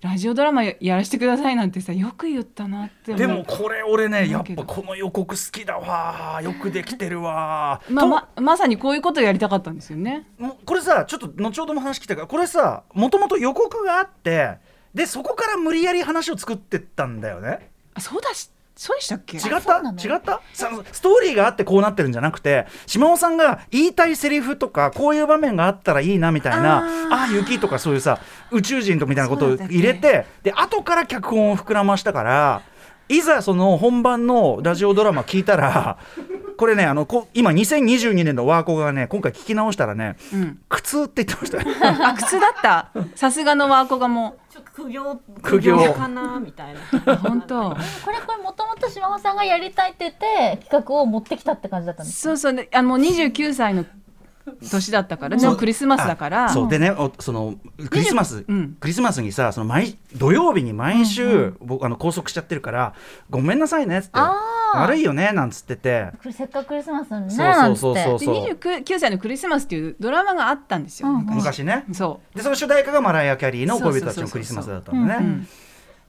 [SPEAKER 4] ラジオドラマやらせてくださいなんてさよく言ったなって
[SPEAKER 3] え
[SPEAKER 4] 思
[SPEAKER 3] で
[SPEAKER 4] う
[SPEAKER 3] もこれ俺ねやっ
[SPEAKER 4] だけ
[SPEAKER 3] ぱ
[SPEAKER 4] ど
[SPEAKER 3] この予告好きだわよくできてるわ、
[SPEAKER 4] まあ、
[SPEAKER 3] と
[SPEAKER 4] ままさにこういうことをやりたかったんですよね。
[SPEAKER 3] もうこれさちょっと後ほども話聞きたいからこれさもともと予告があってでそこから無理やり話を作ってったんだよね
[SPEAKER 4] あそうだしそうでしたっけ
[SPEAKER 3] 違っ
[SPEAKER 2] そう
[SPEAKER 3] た
[SPEAKER 2] なの
[SPEAKER 3] 違ったさストーリーがあってこうなってるんじゃなくて島尾さんが言いたいセリフとかこういう場面があったらいいなみたいな
[SPEAKER 4] あ
[SPEAKER 3] ああー雪とかそういうさ宇宙人とみたいなことを
[SPEAKER 4] そうだったっけ
[SPEAKER 3] 入れてで後から脚本を膨らましたからいざその本番のラジオドラマ聞いたらこれねあのこ今2022年のワーコがね今回聞き直したらね
[SPEAKER 4] うん、
[SPEAKER 3] 苦痛って言ってましたよ
[SPEAKER 4] あ靴だったさすがのワーコがも
[SPEAKER 6] ちょっと苦行
[SPEAKER 3] 苦行
[SPEAKER 6] かなみたいな。
[SPEAKER 4] う本当
[SPEAKER 2] これこれもともと島尾さんがやりたいって言って企画を持ってきたって感じだったんです
[SPEAKER 4] そうそうであのもう29歳の年だったからでもクリスマスだから
[SPEAKER 3] あそうでねおそのクリスマス、
[SPEAKER 4] うん
[SPEAKER 3] クリスマスにさその毎土曜日に毎週、僕あの拘束しちゃってるからごめんなさいねっつって
[SPEAKER 2] あー
[SPEAKER 3] 悪いよねなんつってて
[SPEAKER 2] これせっかくクリスマスなのにね
[SPEAKER 3] そう
[SPEAKER 2] なんつ
[SPEAKER 3] そうそう
[SPEAKER 2] って
[SPEAKER 3] そう
[SPEAKER 4] で29歳のクリスマスっていうドラマがあったんですよ、
[SPEAKER 2] うんうん
[SPEAKER 3] 昔ね
[SPEAKER 4] そ
[SPEAKER 3] でその主題歌がマライア・キャリーの恋人たちのクリスマスだったのね、
[SPEAKER 2] そうそうそうそううんう
[SPEAKER 4] う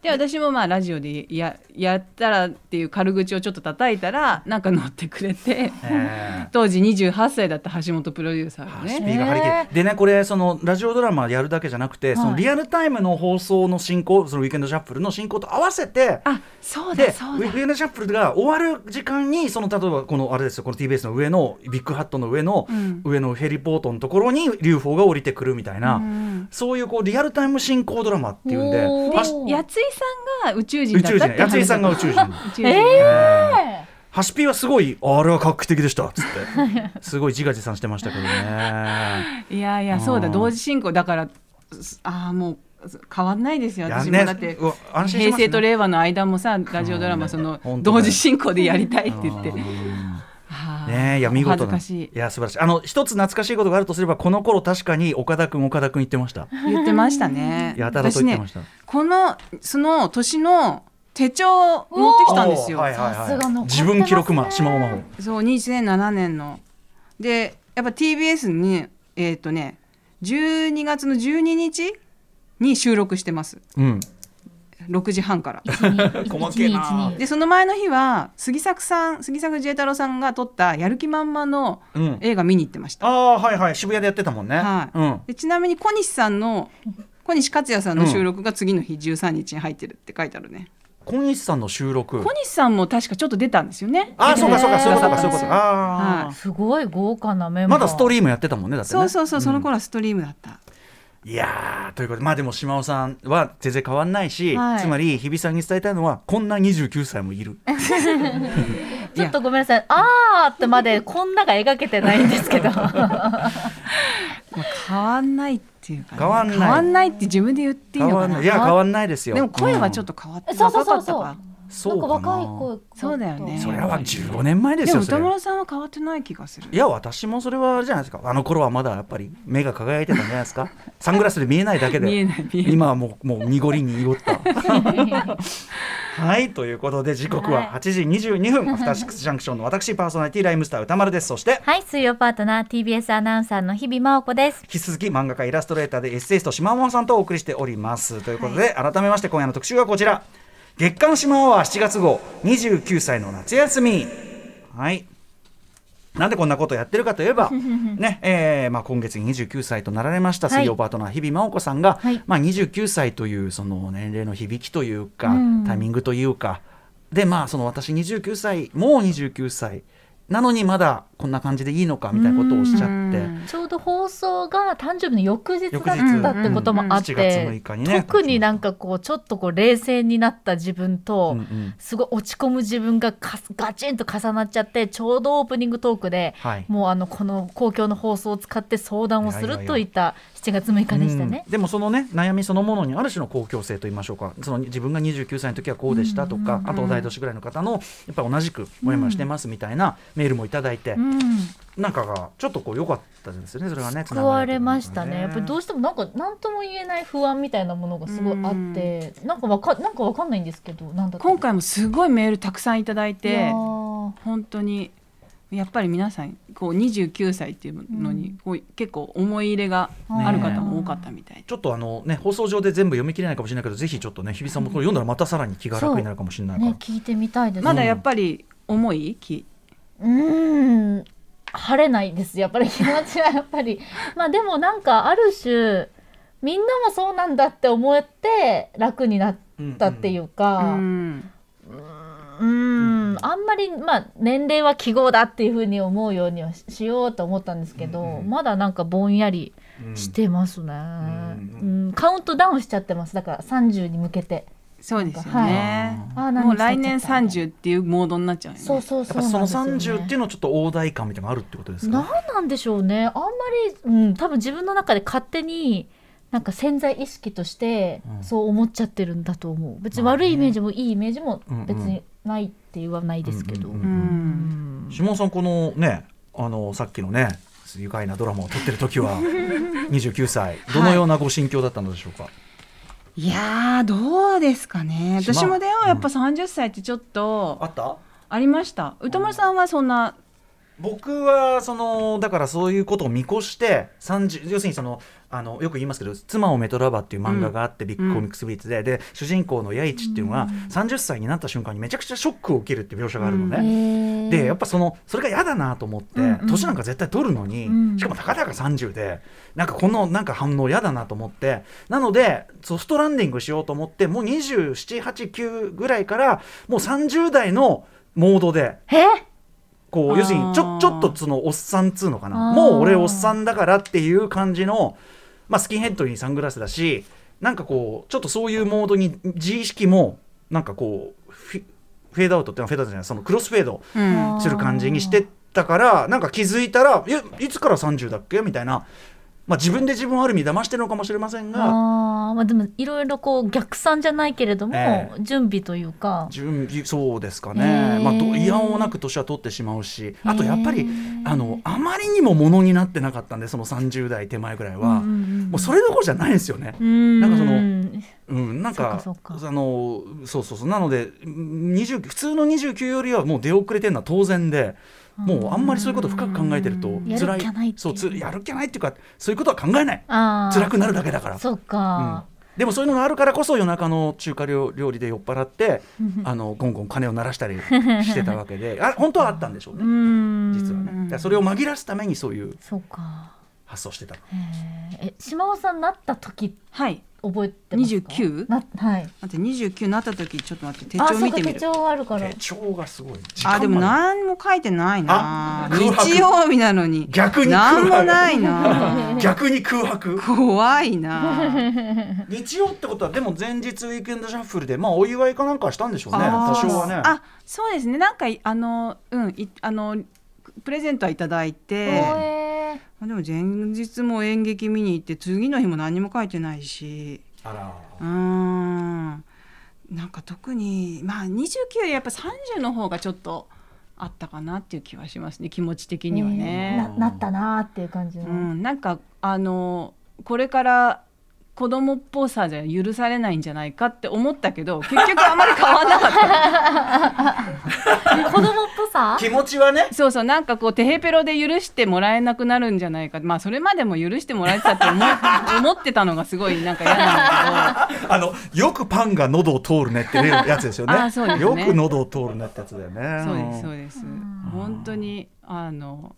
[SPEAKER 4] で私もまあラジオでややったらっていう軽口をちょっと叩いたらなんか乗ってくれて
[SPEAKER 3] え
[SPEAKER 4] 当時28歳だった橋本プロデューサーが
[SPEAKER 3] ースピ
[SPEAKER 4] ね
[SPEAKER 3] ーが張り切るでねこれそのラジオドラマやるだけじゃなくて、その
[SPEAKER 2] はい
[SPEAKER 3] リアルタイムの放送の進行そのウィークエンドシャッフルの進行と合わせて
[SPEAKER 4] あそう
[SPEAKER 3] でウ
[SPEAKER 4] だ
[SPEAKER 3] ィ
[SPEAKER 4] そう
[SPEAKER 3] ー
[SPEAKER 4] だ
[SPEAKER 3] クエンドシャッフルが終わる時間にその例えばこのあれですよこの TBS の上のビッグハットの上の、
[SPEAKER 4] うん
[SPEAKER 3] 上のヘリポートのところに UFO が降りてくるみたいな、
[SPEAKER 4] うん
[SPEAKER 3] そういうこうリアルタイム進行ドラマっていうんで
[SPEAKER 2] おー
[SPEAKER 3] はし
[SPEAKER 4] やついさんが宇宙人
[SPEAKER 3] 宇
[SPEAKER 4] だっ
[SPEAKER 3] 宙
[SPEAKER 4] た
[SPEAKER 3] 人
[SPEAKER 4] って
[SPEAKER 3] やついさんが宇 宙人。
[SPEAKER 4] 宇宙人、
[SPEAKER 2] え
[SPEAKER 3] えー
[SPEAKER 2] え
[SPEAKER 3] ハシピーはすごいあれは画期的でしたっつってすごい自画自賛してましたけどね。
[SPEAKER 4] いやいやそうだ
[SPEAKER 3] うん
[SPEAKER 4] 同時進行だからすああもうす変わんないですよ
[SPEAKER 3] いや
[SPEAKER 4] 私も
[SPEAKER 3] ね
[SPEAKER 4] だって
[SPEAKER 3] うわ安心し
[SPEAKER 4] 平
[SPEAKER 3] ますね
[SPEAKER 4] 成と令和の間もさラジオドラマその
[SPEAKER 3] 本当だよ
[SPEAKER 4] 同時進行でやりたいって言ってはあ
[SPEAKER 3] ねえいや見
[SPEAKER 4] 恥
[SPEAKER 3] 事
[SPEAKER 4] ず
[SPEAKER 3] な
[SPEAKER 4] か
[SPEAKER 3] い
[SPEAKER 4] しい
[SPEAKER 3] や素晴らしいあの一つ懐かしいことがあるとすればこの頃確かに岡田君岡田君言ってました
[SPEAKER 4] 言ってましたね
[SPEAKER 3] やたらと言ってま
[SPEAKER 4] 私
[SPEAKER 3] し
[SPEAKER 4] ね
[SPEAKER 3] た、
[SPEAKER 4] このその年の手帳を持ってきたんですよ、
[SPEAKER 3] おーはいはい
[SPEAKER 2] さすが残って
[SPEAKER 3] はい、
[SPEAKER 2] ますね
[SPEAKER 3] 自分記録マン島尾真帆
[SPEAKER 4] そう2007年のでやっぱ TBS にえーっ、とね12月の12日に収録してます
[SPEAKER 3] うん
[SPEAKER 4] 6時半から
[SPEAKER 3] 細けえな
[SPEAKER 2] 1212
[SPEAKER 4] でその前の日は杉作さん杉作慈太郎さんが撮った「やる気満々」の
[SPEAKER 3] うん
[SPEAKER 4] 映画見に行ってました、
[SPEAKER 3] ああはいはい渋谷でやってたもんね、
[SPEAKER 4] はい
[SPEAKER 3] うん
[SPEAKER 4] でちなみに小西さんの小西克也さんの収録が次の日13日に入ってるって書いてあるね、
[SPEAKER 3] 小西さんの収録
[SPEAKER 4] 小西さんも確かちょっと出たんですよね
[SPEAKER 3] あーそうか
[SPEAKER 2] ね
[SPEAKER 3] そうかそういうことかそういうことかあ
[SPEAKER 4] は
[SPEAKER 3] ー
[SPEAKER 2] すごい豪華なメンバ
[SPEAKER 3] ま
[SPEAKER 2] ー
[SPEAKER 3] だスト
[SPEAKER 2] リー
[SPEAKER 3] リームやってたもんねだってね
[SPEAKER 4] そうそうそうその頃はストリームだった、
[SPEAKER 3] いやーということでまあでも島尾さんは全然変わんないし、
[SPEAKER 4] はい
[SPEAKER 3] つまり日比さんに伝えたいのはこんな29歳もいる
[SPEAKER 2] ちょっとごめんなさいあーってまでこんなが描けてないんですけ ど
[SPEAKER 4] まあ、変わんないっていうか、
[SPEAKER 3] 変わんない
[SPEAKER 4] 変わんないって自分で言っていい
[SPEAKER 3] 変
[SPEAKER 4] の
[SPEAKER 3] わ
[SPEAKER 4] か
[SPEAKER 3] んな
[SPEAKER 4] ない
[SPEAKER 3] いや変わんないですよ
[SPEAKER 4] でも声はちょっ
[SPEAKER 3] と、
[SPEAKER 4] と変わって、
[SPEAKER 2] そうそうそ
[SPEAKER 4] 若か
[SPEAKER 2] う
[SPEAKER 4] った
[SPEAKER 2] そう
[SPEAKER 4] か
[SPEAKER 3] うん
[SPEAKER 2] な
[SPEAKER 3] そ
[SPEAKER 2] んか
[SPEAKER 3] うかな
[SPEAKER 2] 若い子
[SPEAKER 4] そうだよね
[SPEAKER 3] それは15年前です
[SPEAKER 4] で
[SPEAKER 3] よ
[SPEAKER 4] も
[SPEAKER 3] そ
[SPEAKER 4] 歌
[SPEAKER 3] れ
[SPEAKER 4] 丸さんは変わってない気がする
[SPEAKER 3] いや私もそれはあれじゃないですかあの頃はまだやっぱり目が輝いてたんじゃないです かサングラスで見えないだけで
[SPEAKER 4] 見えない見えない
[SPEAKER 3] 今はもうもう濁りに濁った はいということで時刻は8時22分、アフターシックスジャンクションの私パーソナリティライムスター歌丸ですそして
[SPEAKER 2] はい水曜パートナー TBS アナウンサーの日々真央子です
[SPEAKER 3] 引き続き漫画家イラストレーターでエッセイスト島尾さんとお送りしておりますということで、改めまして今夜の特集はこちら月刊島尾は7月号29歳の夏休みはいなんでこんなことやってるかといえ ば、ねえーまあ、今月29歳となられました
[SPEAKER 2] はい
[SPEAKER 3] 水曜パートナー日比真央子さんが、
[SPEAKER 2] はい
[SPEAKER 3] まあ、29歳というその年齢の響きというか、
[SPEAKER 2] うん
[SPEAKER 3] タイミングというかでまあその私29歳もう29歳なのにまだこんな感じでいいのかみたいなことをおっしゃって。
[SPEAKER 2] ちょうど放送が誕生日の翌日だっ
[SPEAKER 3] 翌日
[SPEAKER 2] たってこともあっ
[SPEAKER 3] 7月
[SPEAKER 2] て
[SPEAKER 3] 6、日にね
[SPEAKER 2] 特になんかこうちょっとこう冷静になった自分と、
[SPEAKER 3] うんうん
[SPEAKER 2] すごい落ち込む自分がかすガチンと重なっちゃってちょうどオープニングトークで、
[SPEAKER 3] はい
[SPEAKER 2] もうあのこの公共の放送を使って相談をす
[SPEAKER 3] いやい
[SPEAKER 2] る
[SPEAKER 3] やいや
[SPEAKER 2] といった7月6日でしたね
[SPEAKER 3] う。んでもそのね悩みそのものにある種の公共性と言いましょうかその自分が29歳の時はこうでしたとか、あと同い年ぐらいの方のやっぱり同じくもやもやしてますみたいなメールもいただいて、
[SPEAKER 2] うん
[SPEAKER 3] なんかがちょっとこう良かったですよねそれがね
[SPEAKER 2] 救われましたね。やっぱりど
[SPEAKER 3] う
[SPEAKER 2] うしてもなんか何とも言えない不安みたいなものがすごいあって、なんかわかなんかわかんないんですけど、なんだったの
[SPEAKER 4] 今回もすごいメールたくさんいただい
[SPEAKER 2] いや
[SPEAKER 4] て
[SPEAKER 2] ー
[SPEAKER 4] 本当にやっぱり皆さんこう29歳っていうのに、こう結構思い入れがある方も多かったみたいで
[SPEAKER 3] ちょっとあのね放送上で全部読み切れないかもしれないけどぜひちょっとね日比さんもこれ読んだらまたさらに気が楽になるかもしれないから、
[SPEAKER 2] ね聞いてみたいです。
[SPEAKER 4] まだやっぱり重い気
[SPEAKER 2] うーん晴れないですやっぱり気持ちはやっぱり まあでもなんかある種みんなもそうなんだって思って楽になったっていうかう
[SPEAKER 4] う
[SPEAKER 2] ん
[SPEAKER 4] ん
[SPEAKER 2] ーんあんまりまあ年齢は記号だっていうふうに思うようにはししようと思ったんですけど、
[SPEAKER 3] うんうん
[SPEAKER 2] まだなんかぼんやり
[SPEAKER 3] うん
[SPEAKER 2] してますね、うんんカウントダウンしちゃってますだから30に向けて
[SPEAKER 4] そうですよね、
[SPEAKER 2] あー何
[SPEAKER 4] もう来年
[SPEAKER 2] しちゃった
[SPEAKER 4] 30っていうモードになっちゃうよね
[SPEAKER 2] そうそう
[SPEAKER 3] やっ
[SPEAKER 2] そ
[SPEAKER 3] ぱ
[SPEAKER 2] う
[SPEAKER 3] そ
[SPEAKER 2] なん
[SPEAKER 3] の
[SPEAKER 2] ですよね
[SPEAKER 3] 30っていうのはちょっと大台感みたいなのがあるってことですか、
[SPEAKER 2] 何なんでしょうねあんまり、うん、多分自分の中で勝手になんか潜在意識として
[SPEAKER 3] うん
[SPEAKER 2] そう思っちゃってるんだと思う別に
[SPEAKER 3] まあね
[SPEAKER 2] 悪いイメージもいいイメージも
[SPEAKER 3] うんうん
[SPEAKER 2] 別にないって言わないですけど、
[SPEAKER 3] うんうん
[SPEAKER 4] う
[SPEAKER 3] うん
[SPEAKER 4] ん
[SPEAKER 3] 下尾さんこのねあのさっきのね愉快なドラマを撮ってる時 は29歳どのようなご心境だったのでしょうか、
[SPEAKER 4] いやーどうですかね
[SPEAKER 3] 島
[SPEAKER 4] 私もでもやっぱ30歳ってちょっと
[SPEAKER 3] あった
[SPEAKER 4] ありました歌丸さんはそんな
[SPEAKER 3] 僕はそのだからそういうことを見越して30要するにそのあのよく言いますけど「妻をメトラバ」っていう漫画があって、ビッグコミックスブリーツでで主人公の弥一っていうのが30歳になった瞬間にめちゃくちゃショックを受けるっていう描写があるのね。
[SPEAKER 2] へー
[SPEAKER 3] でやっぱそのそれが嫌だなと思っ
[SPEAKER 2] う
[SPEAKER 3] て、
[SPEAKER 2] んうん
[SPEAKER 3] 年なんか絶対取るのに、
[SPEAKER 2] うん
[SPEAKER 3] しかもたかだか30でなんかこのなんか反応嫌だなと思ってなのでソフトランディングしようと思ってもう2789ぐらいからもう30代のモードで
[SPEAKER 2] え
[SPEAKER 3] こ
[SPEAKER 4] あ
[SPEAKER 3] う
[SPEAKER 4] ー
[SPEAKER 3] 要するにちょちょっとそのおっさんっつうのかな
[SPEAKER 2] あー
[SPEAKER 3] もう俺おっさんだからっていう感じの、まあ、スキンヘッドにサングラスだしなんかこうちょっとそういうモードに自意識もなんかこうフィフェードアウトっていうのはフェードアウトじゃないそのクロスフェード
[SPEAKER 4] うん
[SPEAKER 3] する感じにしてったからなんか気づいたらいやいつから30だっけみたいな、まあ、自分で自分をある意味騙してるのかもしれませんが
[SPEAKER 2] あーまあでもいろいろこう逆算じゃないけれども、
[SPEAKER 3] え
[SPEAKER 2] 準備というか
[SPEAKER 3] 準備そうですかね、
[SPEAKER 2] へー
[SPEAKER 3] まあ、どいもなく年は取ってしまうしあとやっぱ
[SPEAKER 2] へ
[SPEAKER 3] り
[SPEAKER 2] ー
[SPEAKER 3] あのあまりにもものになってなかったんでその30代手前ぐらいは、もうそれどころじゃないんですよね。
[SPEAKER 2] うん
[SPEAKER 3] なんかその
[SPEAKER 2] うん
[SPEAKER 3] うん、なんか
[SPEAKER 2] そうかそうか
[SPEAKER 3] あのそうそうそうなのでうん20普通の29よりはもう出遅れてるのは当然でもうあんまりそういうこと深く考えてると
[SPEAKER 2] うん
[SPEAKER 3] 辛
[SPEAKER 2] やるっきゃないっていう
[SPEAKER 3] そうつやるっきゃないっていうかそういうことは考えない
[SPEAKER 2] あー
[SPEAKER 3] 辛くなるだけだから
[SPEAKER 2] そうか、
[SPEAKER 3] うんでもそういうのがあるからこそ夜中の中華料料理で酔っ払ってあのゴンゴン鐘を鳴らしたりしてたわけ であ本当はあったんでしょう
[SPEAKER 2] う
[SPEAKER 3] ね
[SPEAKER 2] ん
[SPEAKER 3] 実はねだからそれを紛らわすためにそういう
[SPEAKER 2] そうか
[SPEAKER 3] 発想してたの
[SPEAKER 2] えーえ島尾さんなった時って
[SPEAKER 4] はい
[SPEAKER 2] 覚えてますか
[SPEAKER 4] 29?
[SPEAKER 2] なはい
[SPEAKER 4] 待って29になった時ちょっと待って手
[SPEAKER 2] あ
[SPEAKER 4] 帳見て
[SPEAKER 2] そうか
[SPEAKER 4] み
[SPEAKER 2] 手
[SPEAKER 4] る
[SPEAKER 2] 帳あるから
[SPEAKER 3] 手帳がすごい時間
[SPEAKER 4] あで
[SPEAKER 3] ま
[SPEAKER 4] も何も書いてないな
[SPEAKER 3] あ空白
[SPEAKER 4] 日曜日なのに
[SPEAKER 3] 逆に空
[SPEAKER 4] 何
[SPEAKER 3] 白
[SPEAKER 4] もない な
[SPEAKER 3] で逆に空白
[SPEAKER 4] 怖いな
[SPEAKER 3] 日曜ってことはでも前日ウィークエンドシャッフルでまあお祝いかなんかはしたんでしょうね
[SPEAKER 4] あ
[SPEAKER 3] 多
[SPEAKER 4] ー
[SPEAKER 3] 少はね
[SPEAKER 4] あそうですねなんかいあのうんいあのプレゼントはいただいて
[SPEAKER 2] おえ
[SPEAKER 4] まあでも前日も演劇見に行って次の日も何も書いてないし
[SPEAKER 3] あら
[SPEAKER 4] うーんなんか特にまあ29よりやっぱ30の方がちょっとあったかなっていう気はしますね気持ち的
[SPEAKER 2] ー
[SPEAKER 4] には
[SPEAKER 2] な
[SPEAKER 4] ね。
[SPEAKER 2] なったなーっていう感じの、
[SPEAKER 4] うん、なんかあのこれから子供っぽさじゃ許されないんじゃないかって思ったけど結局あまり変わらなかった
[SPEAKER 2] 子供っぽか
[SPEAKER 3] 気持ちはね
[SPEAKER 4] そうそうなんかこうテヘペロで許してもらえなくなるんじゃないかまあそれまでも許してもらえてたって思う思ってたのがすごいなんか嫌なんだ
[SPEAKER 3] あのよくパンが喉を通るねっていうやつですよね
[SPEAKER 4] あそうですね
[SPEAKER 3] よく喉を通るねってやつだよね
[SPEAKER 4] けどそうですそうです本当にあの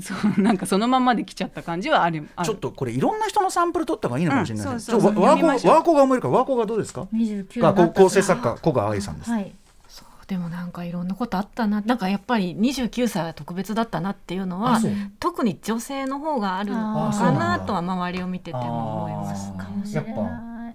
[SPEAKER 4] そう なんかそのままで来ちゃった感じはあるある
[SPEAKER 3] ちょっとこれいろんな人のサンプル取った方がいいのかもしれないですね
[SPEAKER 4] うん
[SPEAKER 3] ち
[SPEAKER 4] そ
[SPEAKER 3] ょっ
[SPEAKER 4] うそう
[SPEAKER 3] と
[SPEAKER 4] そう
[SPEAKER 3] ワ
[SPEAKER 4] 見ま
[SPEAKER 3] ー
[SPEAKER 4] し
[SPEAKER 3] コ
[SPEAKER 4] ょう
[SPEAKER 3] ワーコが思えるからワーコがどうですか
[SPEAKER 2] 29
[SPEAKER 3] がこ
[SPEAKER 2] だ
[SPEAKER 3] う
[SPEAKER 2] った
[SPEAKER 3] 構成作家古賀愛さんです、
[SPEAKER 2] はい
[SPEAKER 6] そうでもなんかいろんなことあったななんかやっぱり29歳は特別だったなっていうのは
[SPEAKER 3] あそう
[SPEAKER 6] 特に女性の方がある
[SPEAKER 2] あ
[SPEAKER 6] の
[SPEAKER 2] ー
[SPEAKER 3] そうな
[SPEAKER 6] か
[SPEAKER 3] んだ
[SPEAKER 6] なとは周りを見てても思います
[SPEAKER 3] あ
[SPEAKER 6] か
[SPEAKER 2] かもしれない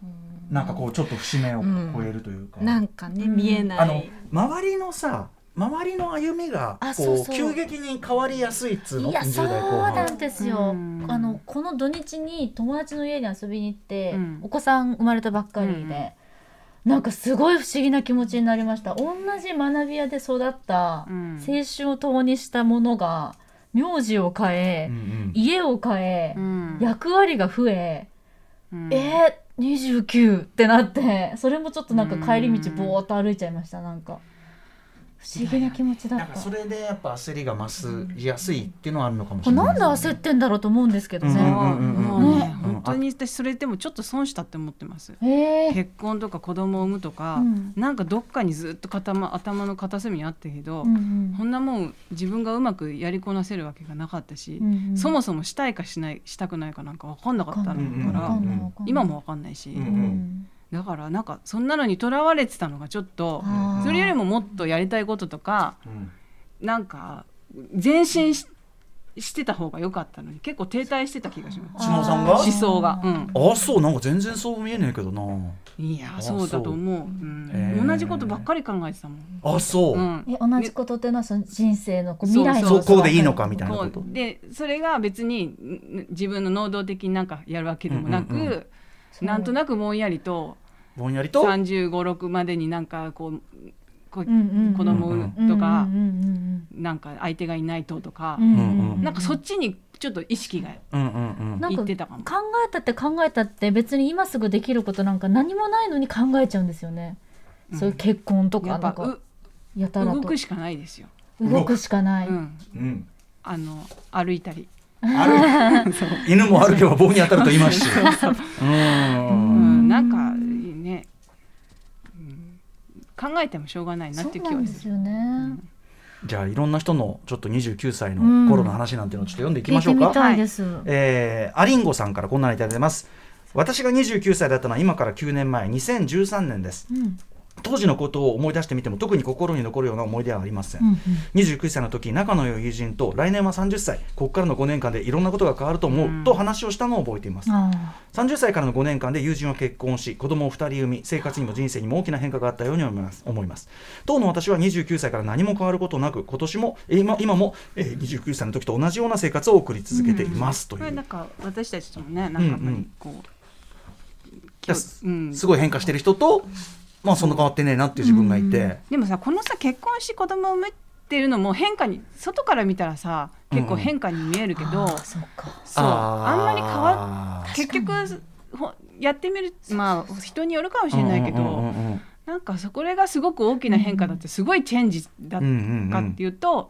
[SPEAKER 3] なんかこうちょっと節目を
[SPEAKER 6] うん
[SPEAKER 3] 超えるというか、
[SPEAKER 6] なんかね、
[SPEAKER 2] うん
[SPEAKER 6] 見えない
[SPEAKER 3] あの周りのさ周りの歩みが
[SPEAKER 2] あそ
[SPEAKER 3] こ
[SPEAKER 2] う
[SPEAKER 3] う
[SPEAKER 2] そう
[SPEAKER 3] 急激に変わりやすいっつうの
[SPEAKER 2] いやそ
[SPEAKER 3] 20
[SPEAKER 2] う
[SPEAKER 3] 代後
[SPEAKER 2] な
[SPEAKER 3] 半
[SPEAKER 2] んですよ、
[SPEAKER 4] うん
[SPEAKER 2] あのこの土日に友達の家に遊びに行って、
[SPEAKER 4] うん
[SPEAKER 2] お子さん生まれたばっかりで、なんかすごい不思議な気持ちになりました同じ学び屋で育った、
[SPEAKER 4] うん
[SPEAKER 2] 青春を共にしたものが名字を変え、
[SPEAKER 3] うんうん
[SPEAKER 2] 家を変え、
[SPEAKER 4] うん
[SPEAKER 2] 役割が増え、
[SPEAKER 4] うん
[SPEAKER 2] えー、29ってなってそれもちょっとなんか帰り道
[SPEAKER 4] うん
[SPEAKER 2] ぼーっと歩いちゃいましたなんか不思議な気持ちだ
[SPEAKER 3] な
[SPEAKER 2] っ
[SPEAKER 3] んか
[SPEAKER 2] た。
[SPEAKER 3] それでやっぱ焦りが増すやすいっていうのはあるのかもし
[SPEAKER 2] こ
[SPEAKER 3] れ
[SPEAKER 2] れ
[SPEAKER 3] な
[SPEAKER 2] ないん
[SPEAKER 3] で
[SPEAKER 2] です
[SPEAKER 3] ね
[SPEAKER 2] 焦ってんだろうと思うんですけど
[SPEAKER 3] う
[SPEAKER 2] ね。
[SPEAKER 3] ん
[SPEAKER 4] もうもうね
[SPEAKER 2] ね
[SPEAKER 4] 本当に私それでもちょっと損したって思ってます
[SPEAKER 2] えー
[SPEAKER 4] 結婚とか子供を産むとか、
[SPEAKER 2] うん
[SPEAKER 4] なんかどっかにずっと頭頭の片隅にあったけど、
[SPEAKER 2] うんうん
[SPEAKER 4] こんなもん自分がうまくやりこなせるわけがなかったし、
[SPEAKER 2] うんうん
[SPEAKER 4] そもそもしたいかしないしたくないかなんか分かんなかったか
[SPEAKER 2] わか
[SPEAKER 4] ら、
[SPEAKER 3] んないわかんない
[SPEAKER 4] 今も分かんないし、
[SPEAKER 3] う
[SPEAKER 2] うんうん
[SPEAKER 4] だからなんかそんなのにとらわれてたのがちょっと
[SPEAKER 2] あー
[SPEAKER 4] それよりももっとやりたいこととか
[SPEAKER 3] うん
[SPEAKER 4] なんか前進ししてた方が良かったのに結構停滞してた気がします
[SPEAKER 3] 島尾さん
[SPEAKER 2] あ
[SPEAKER 3] が
[SPEAKER 2] ー
[SPEAKER 4] 思想が、うん、
[SPEAKER 3] あそうなんか全然そう見えねえけどない
[SPEAKER 4] や
[SPEAKER 3] あ
[SPEAKER 4] そうだと思う、う
[SPEAKER 3] へー
[SPEAKER 4] ん、同じことばっかり考えてたもん、
[SPEAKER 3] あそう、
[SPEAKER 4] うん、
[SPEAKER 2] え同じことっていうのはその人生のこう
[SPEAKER 4] そう
[SPEAKER 2] 未来の
[SPEAKER 4] そう
[SPEAKER 3] こうでいいのかみたいな
[SPEAKER 4] こ
[SPEAKER 3] こ
[SPEAKER 4] う
[SPEAKER 3] と
[SPEAKER 4] でそれが別にん自分の能動的になんかやるわけでもなく、
[SPEAKER 3] うんうんう
[SPEAKER 4] なんとなくぼんやりと
[SPEAKER 3] ぼんやりと
[SPEAKER 4] 3 5 6までになんかこうこう
[SPEAKER 2] うんうんうん
[SPEAKER 4] 子供とか
[SPEAKER 2] うん、うん
[SPEAKER 4] なんか相手がいないととか
[SPEAKER 2] うんう、んうんう
[SPEAKER 3] うん
[SPEAKER 2] ん
[SPEAKER 4] なんかそっちにちょっと意識が
[SPEAKER 3] うんうんうん
[SPEAKER 2] なん
[SPEAKER 4] い
[SPEAKER 2] か
[SPEAKER 4] ってたかも。
[SPEAKER 2] 考えたって考えたって別に今すぐできることなんか何もないのに考えちゃうんですよね。
[SPEAKER 4] うん
[SPEAKER 2] そういう結婚とか
[SPEAKER 4] やっ
[SPEAKER 2] なん
[SPEAKER 4] ぱ
[SPEAKER 2] か
[SPEAKER 4] う
[SPEAKER 2] やたら
[SPEAKER 4] 動
[SPEAKER 2] と
[SPEAKER 4] くしかないですよ。
[SPEAKER 2] 動くしかない。
[SPEAKER 4] うん、
[SPEAKER 3] うん
[SPEAKER 4] あの歩いたり、
[SPEAKER 3] ある 犬も歩けば棒に当たると言いますし
[SPEAKER 4] う
[SPEAKER 3] うん
[SPEAKER 4] ん、なんかいいね、うん、考えてもしょうがないなっ
[SPEAKER 2] そ
[SPEAKER 4] て
[SPEAKER 2] う
[SPEAKER 4] いう気
[SPEAKER 2] な
[SPEAKER 4] は
[SPEAKER 2] ん
[SPEAKER 4] す
[SPEAKER 2] で
[SPEAKER 4] る
[SPEAKER 2] す。よね。
[SPEAKER 3] じゃあいろんな人のちょっと29歳
[SPEAKER 2] う
[SPEAKER 3] の
[SPEAKER 2] ん
[SPEAKER 3] 頃の話なんていうのをちょっと読んでいき
[SPEAKER 2] 聞
[SPEAKER 3] ま
[SPEAKER 2] い
[SPEAKER 3] しょ
[SPEAKER 2] て
[SPEAKER 3] う
[SPEAKER 2] み
[SPEAKER 3] か。
[SPEAKER 2] たいです。
[SPEAKER 3] えーアリンゴさんからこんなのいただいてます。私が29歳だったのは今から9年前2013年です
[SPEAKER 2] うん
[SPEAKER 3] 当時のことを思い出してみても特に心に残るような思い出はありません、
[SPEAKER 2] うんうん
[SPEAKER 3] 29歳の時仲の良い友人と来年は30歳ここからの5年間でいろんなことが変わると思う、
[SPEAKER 4] うん
[SPEAKER 3] と話をしたのを覚えています
[SPEAKER 2] あ
[SPEAKER 3] 30歳からの5年間で友人は結婚し子供を2人産み生活にも人生にも大きな変化があったように思います思います当の私は29歳から何も変わることなく今年もえー今今も、えー29歳の時と同じような生活を送り続けていますと
[SPEAKER 4] こ
[SPEAKER 3] いう、
[SPEAKER 4] れなんか私たちともねなんかやっぱりこう、
[SPEAKER 3] だす
[SPEAKER 4] うん
[SPEAKER 3] すごい変化してる人と、まあ、そんな変わってねえなっていう自分がいて、
[SPEAKER 4] でもさこのさ結婚し子供を産むっていうのも変化に外から見たらさ結構変化に見えるけど、
[SPEAKER 2] あ、そうか。
[SPEAKER 4] そうあんまり変わっ
[SPEAKER 3] わ
[SPEAKER 4] 結局ほやってみるまあ人によるかもしれないけど、なんかそこれがすごく大きな変化だってすごいチェンジだっかっていうと、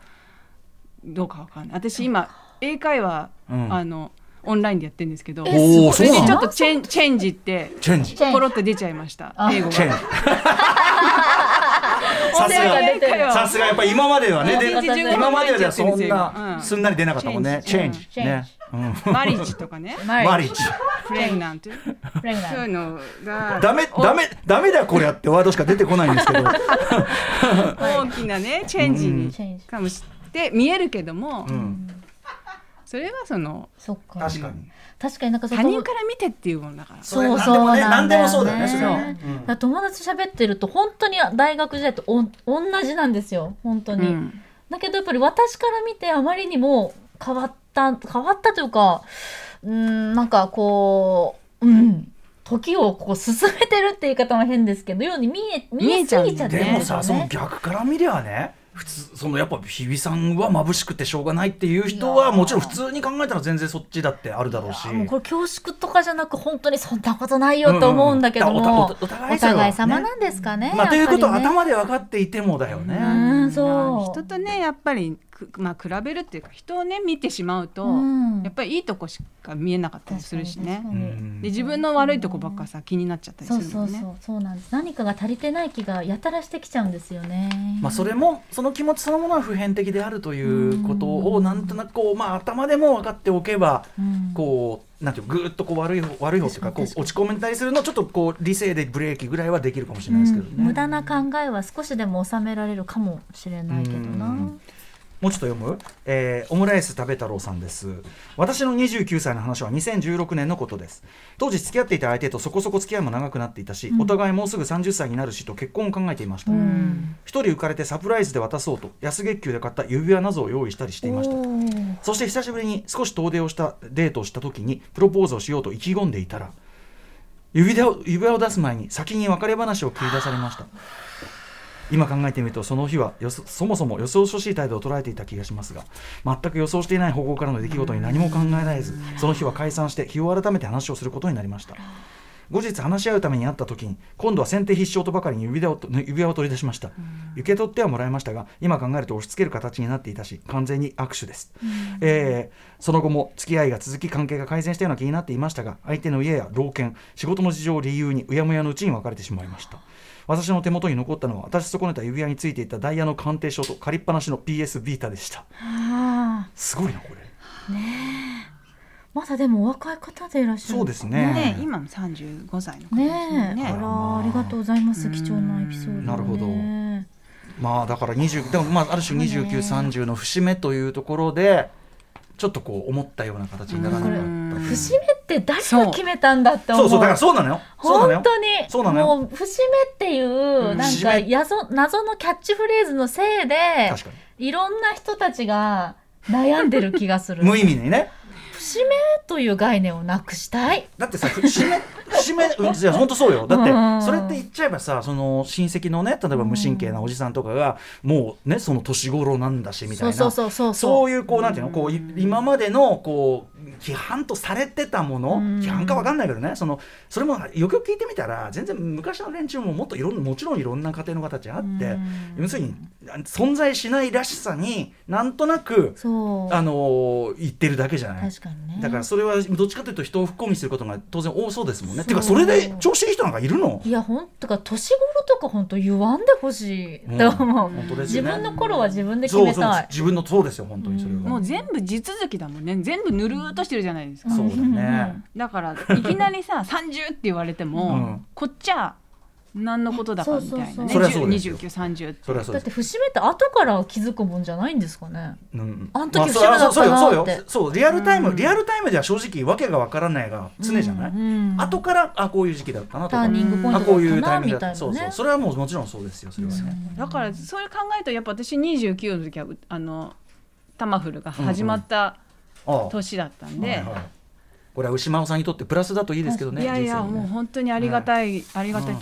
[SPEAKER 4] どうかわかんない私今英会話、
[SPEAKER 3] うん
[SPEAKER 4] あのオンラインでやってるんですけど
[SPEAKER 3] おおそ
[SPEAKER 4] そ
[SPEAKER 3] う
[SPEAKER 4] れで
[SPEAKER 3] な
[SPEAKER 4] ちょっ
[SPEAKER 3] の
[SPEAKER 4] とチェンチェンジって
[SPEAKER 3] チェンジ
[SPEAKER 2] チェン
[SPEAKER 4] ポロって出ちゃいました
[SPEAKER 2] あ
[SPEAKER 4] 英語が。
[SPEAKER 3] チェンジ
[SPEAKER 2] 音声が
[SPEAKER 3] さすが
[SPEAKER 2] 出てる
[SPEAKER 3] さすがやっぱり今まではね
[SPEAKER 2] 全然
[SPEAKER 3] で
[SPEAKER 2] 違う
[SPEAKER 3] 今まではじゃあそんな
[SPEAKER 4] うん
[SPEAKER 3] すんなり出なかったもんねチ
[SPEAKER 4] チ
[SPEAKER 3] ェ
[SPEAKER 4] ェ
[SPEAKER 3] ン
[SPEAKER 4] ン
[SPEAKER 3] ジ
[SPEAKER 4] ジ
[SPEAKER 3] ねうん
[SPEAKER 4] マリッジとかね
[SPEAKER 3] マリッジ
[SPEAKER 4] プレグナント
[SPEAKER 2] プレグナン
[SPEAKER 4] そう
[SPEAKER 2] ト
[SPEAKER 4] いうのが
[SPEAKER 3] ダメダメダメだこれやってワードしか出てこないんで すけど
[SPEAKER 4] 大きなねチェンジに
[SPEAKER 2] チェンジ
[SPEAKER 4] かもしって見えるけども、
[SPEAKER 3] うん
[SPEAKER 4] それはその
[SPEAKER 2] そっか。
[SPEAKER 3] 確かに
[SPEAKER 2] 確かになんかそ
[SPEAKER 4] 他
[SPEAKER 2] の
[SPEAKER 4] 人から見てっていうものだから。
[SPEAKER 2] そうそうなんだよね。
[SPEAKER 3] ね
[SPEAKER 2] だから友達と喋ってると本当に大学時代とおん同じなんですよ本当に、
[SPEAKER 4] うん
[SPEAKER 2] だけどやっぱり私から見てあまりにも変わった変わったというかうーんなんかこううん時をこう進めてるって言い方は変ですけどように見え見えすぎちゃって
[SPEAKER 3] で
[SPEAKER 2] るん
[SPEAKER 3] も
[SPEAKER 2] ですよ
[SPEAKER 3] さその
[SPEAKER 2] ね。
[SPEAKER 3] 逆から見りゃね普通そのやっぱ日比さんは眩しくてしょうがないっていう人はもちろん普通に考えたら全然そっちだってあるだろうし
[SPEAKER 2] あもうこれ恐縮とかじゃなく本当にそんなことないよと思うんだけど
[SPEAKER 3] うんうんうん
[SPEAKER 2] も
[SPEAKER 3] お互い
[SPEAKER 2] お
[SPEAKER 3] 様
[SPEAKER 2] 互い様なんですかね。
[SPEAKER 3] まあ、ということは
[SPEAKER 2] やっぱりね
[SPEAKER 3] 頭で分かっていてもだよね。
[SPEAKER 2] うんそうそう
[SPEAKER 4] 人とねやっぱりくまあ比べるっていうか人をね見てしまうと、
[SPEAKER 2] うん
[SPEAKER 4] やっぱりいいとこしか見えなかったりするしね
[SPEAKER 2] 確か
[SPEAKER 3] う
[SPEAKER 2] に
[SPEAKER 3] ん
[SPEAKER 4] で自分の悪いとこばっかさ気になっちゃったり
[SPEAKER 2] そう
[SPEAKER 4] する
[SPEAKER 2] そ
[SPEAKER 4] も
[SPEAKER 2] うん
[SPEAKER 4] ね
[SPEAKER 2] そうそうなんです何かが足りてない気がやたらしてきちゃうんですよね
[SPEAKER 3] まあ、それもその気持ちそのものは普遍的であるということをなんとなくこう、まあ、頭でも分かっておけば
[SPEAKER 2] うん
[SPEAKER 3] こうなんていうのぐーっとこう悪い方悪い方というかこう
[SPEAKER 2] 確か
[SPEAKER 3] 落ち込めたりするのちょっとこう理性でブレーキぐらいはできるかもしれないですけどね、
[SPEAKER 2] うん無駄な考えは少しでも収められるかもしれないけど
[SPEAKER 3] う
[SPEAKER 2] なん
[SPEAKER 3] もうちょっと読む、えーオムライス食べ太郎さんです私の29歳の話は2016年のことです当時付き合っていた相手とそこそこ付き合いも長くなっていたし、お互いもうすぐ30歳になるしと結婚を考えていました、
[SPEAKER 2] うん
[SPEAKER 3] 一人浮かれてサプライズで渡そうと安月給で買った指輪などを用意したりしていました
[SPEAKER 2] おー
[SPEAKER 3] そして久しぶりに少し遠出をしたデートをした時にプロポーズをしようと意気込んでいたら指輪を指輪を出す前に先に別れ話を切り出されました今考えてみるとその日はよそそもそも予想しい態度を捉えていた気がしますが全く予想していない方向からの出来事に何も考えられずその日は解散して日を改めて話をすることになりました後日話し合うために会った時に今度は先手必勝とばかりに指輪をと指輪を取り出しました、受け取ってはもらいましたが今考えると押し付ける形になっていたし完全に握手です、えーその後も付き合いが続き関係が改善したような気になっていましたが相手の家や老犬仕事の事情を理由にうやむやのうちに別れてしまいました私の手元に残ったのは私損ねた指輪についていたダイヤの鑑定書と借りっぱなしの PS ビータでした
[SPEAKER 2] あ
[SPEAKER 3] すごいなこれ
[SPEAKER 2] ーまだでもお若い方でいらっしゃる
[SPEAKER 3] そうですね
[SPEAKER 4] ね今も35歳の
[SPEAKER 2] ね
[SPEAKER 4] 子ですもん
[SPEAKER 2] え、
[SPEAKER 4] ね
[SPEAKER 2] あ
[SPEAKER 3] は
[SPEAKER 2] ら、ありがとうございます。貴重なエピソード、ね。
[SPEAKER 3] なるほどまあだから20でもまあある種2930の節目というところでちょっとこう思ったような形にならなか
[SPEAKER 4] うん
[SPEAKER 3] った
[SPEAKER 2] 節目って誰が決めたんだって思。
[SPEAKER 3] そううそうだからそうなのよそうな
[SPEAKER 2] 本
[SPEAKER 3] のよ
[SPEAKER 2] 当に
[SPEAKER 3] そうなのよ
[SPEAKER 2] もう節目っていう、
[SPEAKER 4] うん
[SPEAKER 2] なん
[SPEAKER 3] 節
[SPEAKER 2] か
[SPEAKER 3] 目
[SPEAKER 2] 謎謎のキャッチフレーズのせいで
[SPEAKER 3] 確か
[SPEAKER 2] いろんな人たちが悩んでる気がする
[SPEAKER 3] に 無意味にね
[SPEAKER 2] 節目という概念をなくしたい
[SPEAKER 3] だってさ節目節目うんいや本当そうよだって
[SPEAKER 2] うん
[SPEAKER 3] それって言っちゃえばさその親戚のね例えば無神経なおじさんとかがもうねその年頃なんだしみたいな
[SPEAKER 2] そうそうそう
[SPEAKER 3] そ
[SPEAKER 2] そう
[SPEAKER 3] ういうこうなんていうのこうい今までのこう批判とされてたもの
[SPEAKER 2] うん
[SPEAKER 3] 批判かわかんないけどねそのそれもよくよく聞いてみたら全然昔の連中ももっといろんもちろんいろんな家庭の形あって要するに存在しないらしさになんとなく
[SPEAKER 2] そう
[SPEAKER 3] あのー言ってるだけじゃない。
[SPEAKER 2] 確かにね
[SPEAKER 3] だからそれはどっちかというと人を不幸にすることが当然多そうですもん
[SPEAKER 2] そ
[SPEAKER 3] ね。
[SPEAKER 2] う
[SPEAKER 3] ていうかそれで調子いい人なんかいるの
[SPEAKER 2] いやほんとか年頃とか本当言わんでほしいと思う、
[SPEAKER 3] 本当です
[SPEAKER 2] 自
[SPEAKER 3] よね。
[SPEAKER 2] 分の頃は自分で決め
[SPEAKER 3] そうそう
[SPEAKER 2] たい
[SPEAKER 3] 自分のそうですよ本当にそれは。
[SPEAKER 4] もう全部地続きだもんね全部ぬるーっとしてるじゃないですか、
[SPEAKER 3] そうだね。
[SPEAKER 4] だからいきなりさ 30って言われても、
[SPEAKER 3] うん
[SPEAKER 4] こっちは何のことだかみたいなね
[SPEAKER 2] そうそう
[SPEAKER 3] そうそりゃそうですよ
[SPEAKER 4] 2930
[SPEAKER 3] それはそう
[SPEAKER 2] だ
[SPEAKER 3] で
[SPEAKER 2] って。
[SPEAKER 3] す
[SPEAKER 2] 節目って後から気づくもんじゃないんですかね
[SPEAKER 3] うん
[SPEAKER 2] あの時
[SPEAKER 3] まあ
[SPEAKER 2] 不思議だったな
[SPEAKER 3] そうそうよ
[SPEAKER 2] って
[SPEAKER 3] そうよそうリアルタイム、リアルタイムでは正直わけがわからないが常じゃない、
[SPEAKER 2] うん
[SPEAKER 3] 後からあこういう時期だったなと
[SPEAKER 2] タ
[SPEAKER 3] か
[SPEAKER 2] ーニングポイン
[SPEAKER 3] あ
[SPEAKER 2] ト
[SPEAKER 3] こう
[SPEAKER 2] だ
[SPEAKER 3] い
[SPEAKER 2] った
[SPEAKER 3] うタ
[SPEAKER 2] な
[SPEAKER 3] イミン
[SPEAKER 2] み
[SPEAKER 3] グ
[SPEAKER 2] た
[SPEAKER 3] だ
[SPEAKER 2] い
[SPEAKER 3] ったそ
[SPEAKER 2] な
[SPEAKER 3] うそう
[SPEAKER 2] ね
[SPEAKER 3] それはもうもちろんそうですよそれはね、
[SPEAKER 4] だからそれ考えるとやっぱ私29の時はうあのタマフルが始まった
[SPEAKER 3] ああ
[SPEAKER 4] 年だったん
[SPEAKER 3] はい
[SPEAKER 4] で、
[SPEAKER 3] はいこれは牛真央さんにとってプラスだといいですけどね
[SPEAKER 4] いやい
[SPEAKER 3] 人
[SPEAKER 4] や、
[SPEAKER 3] 生にね
[SPEAKER 4] もう本当にありがたい、ありがたい、
[SPEAKER 3] ね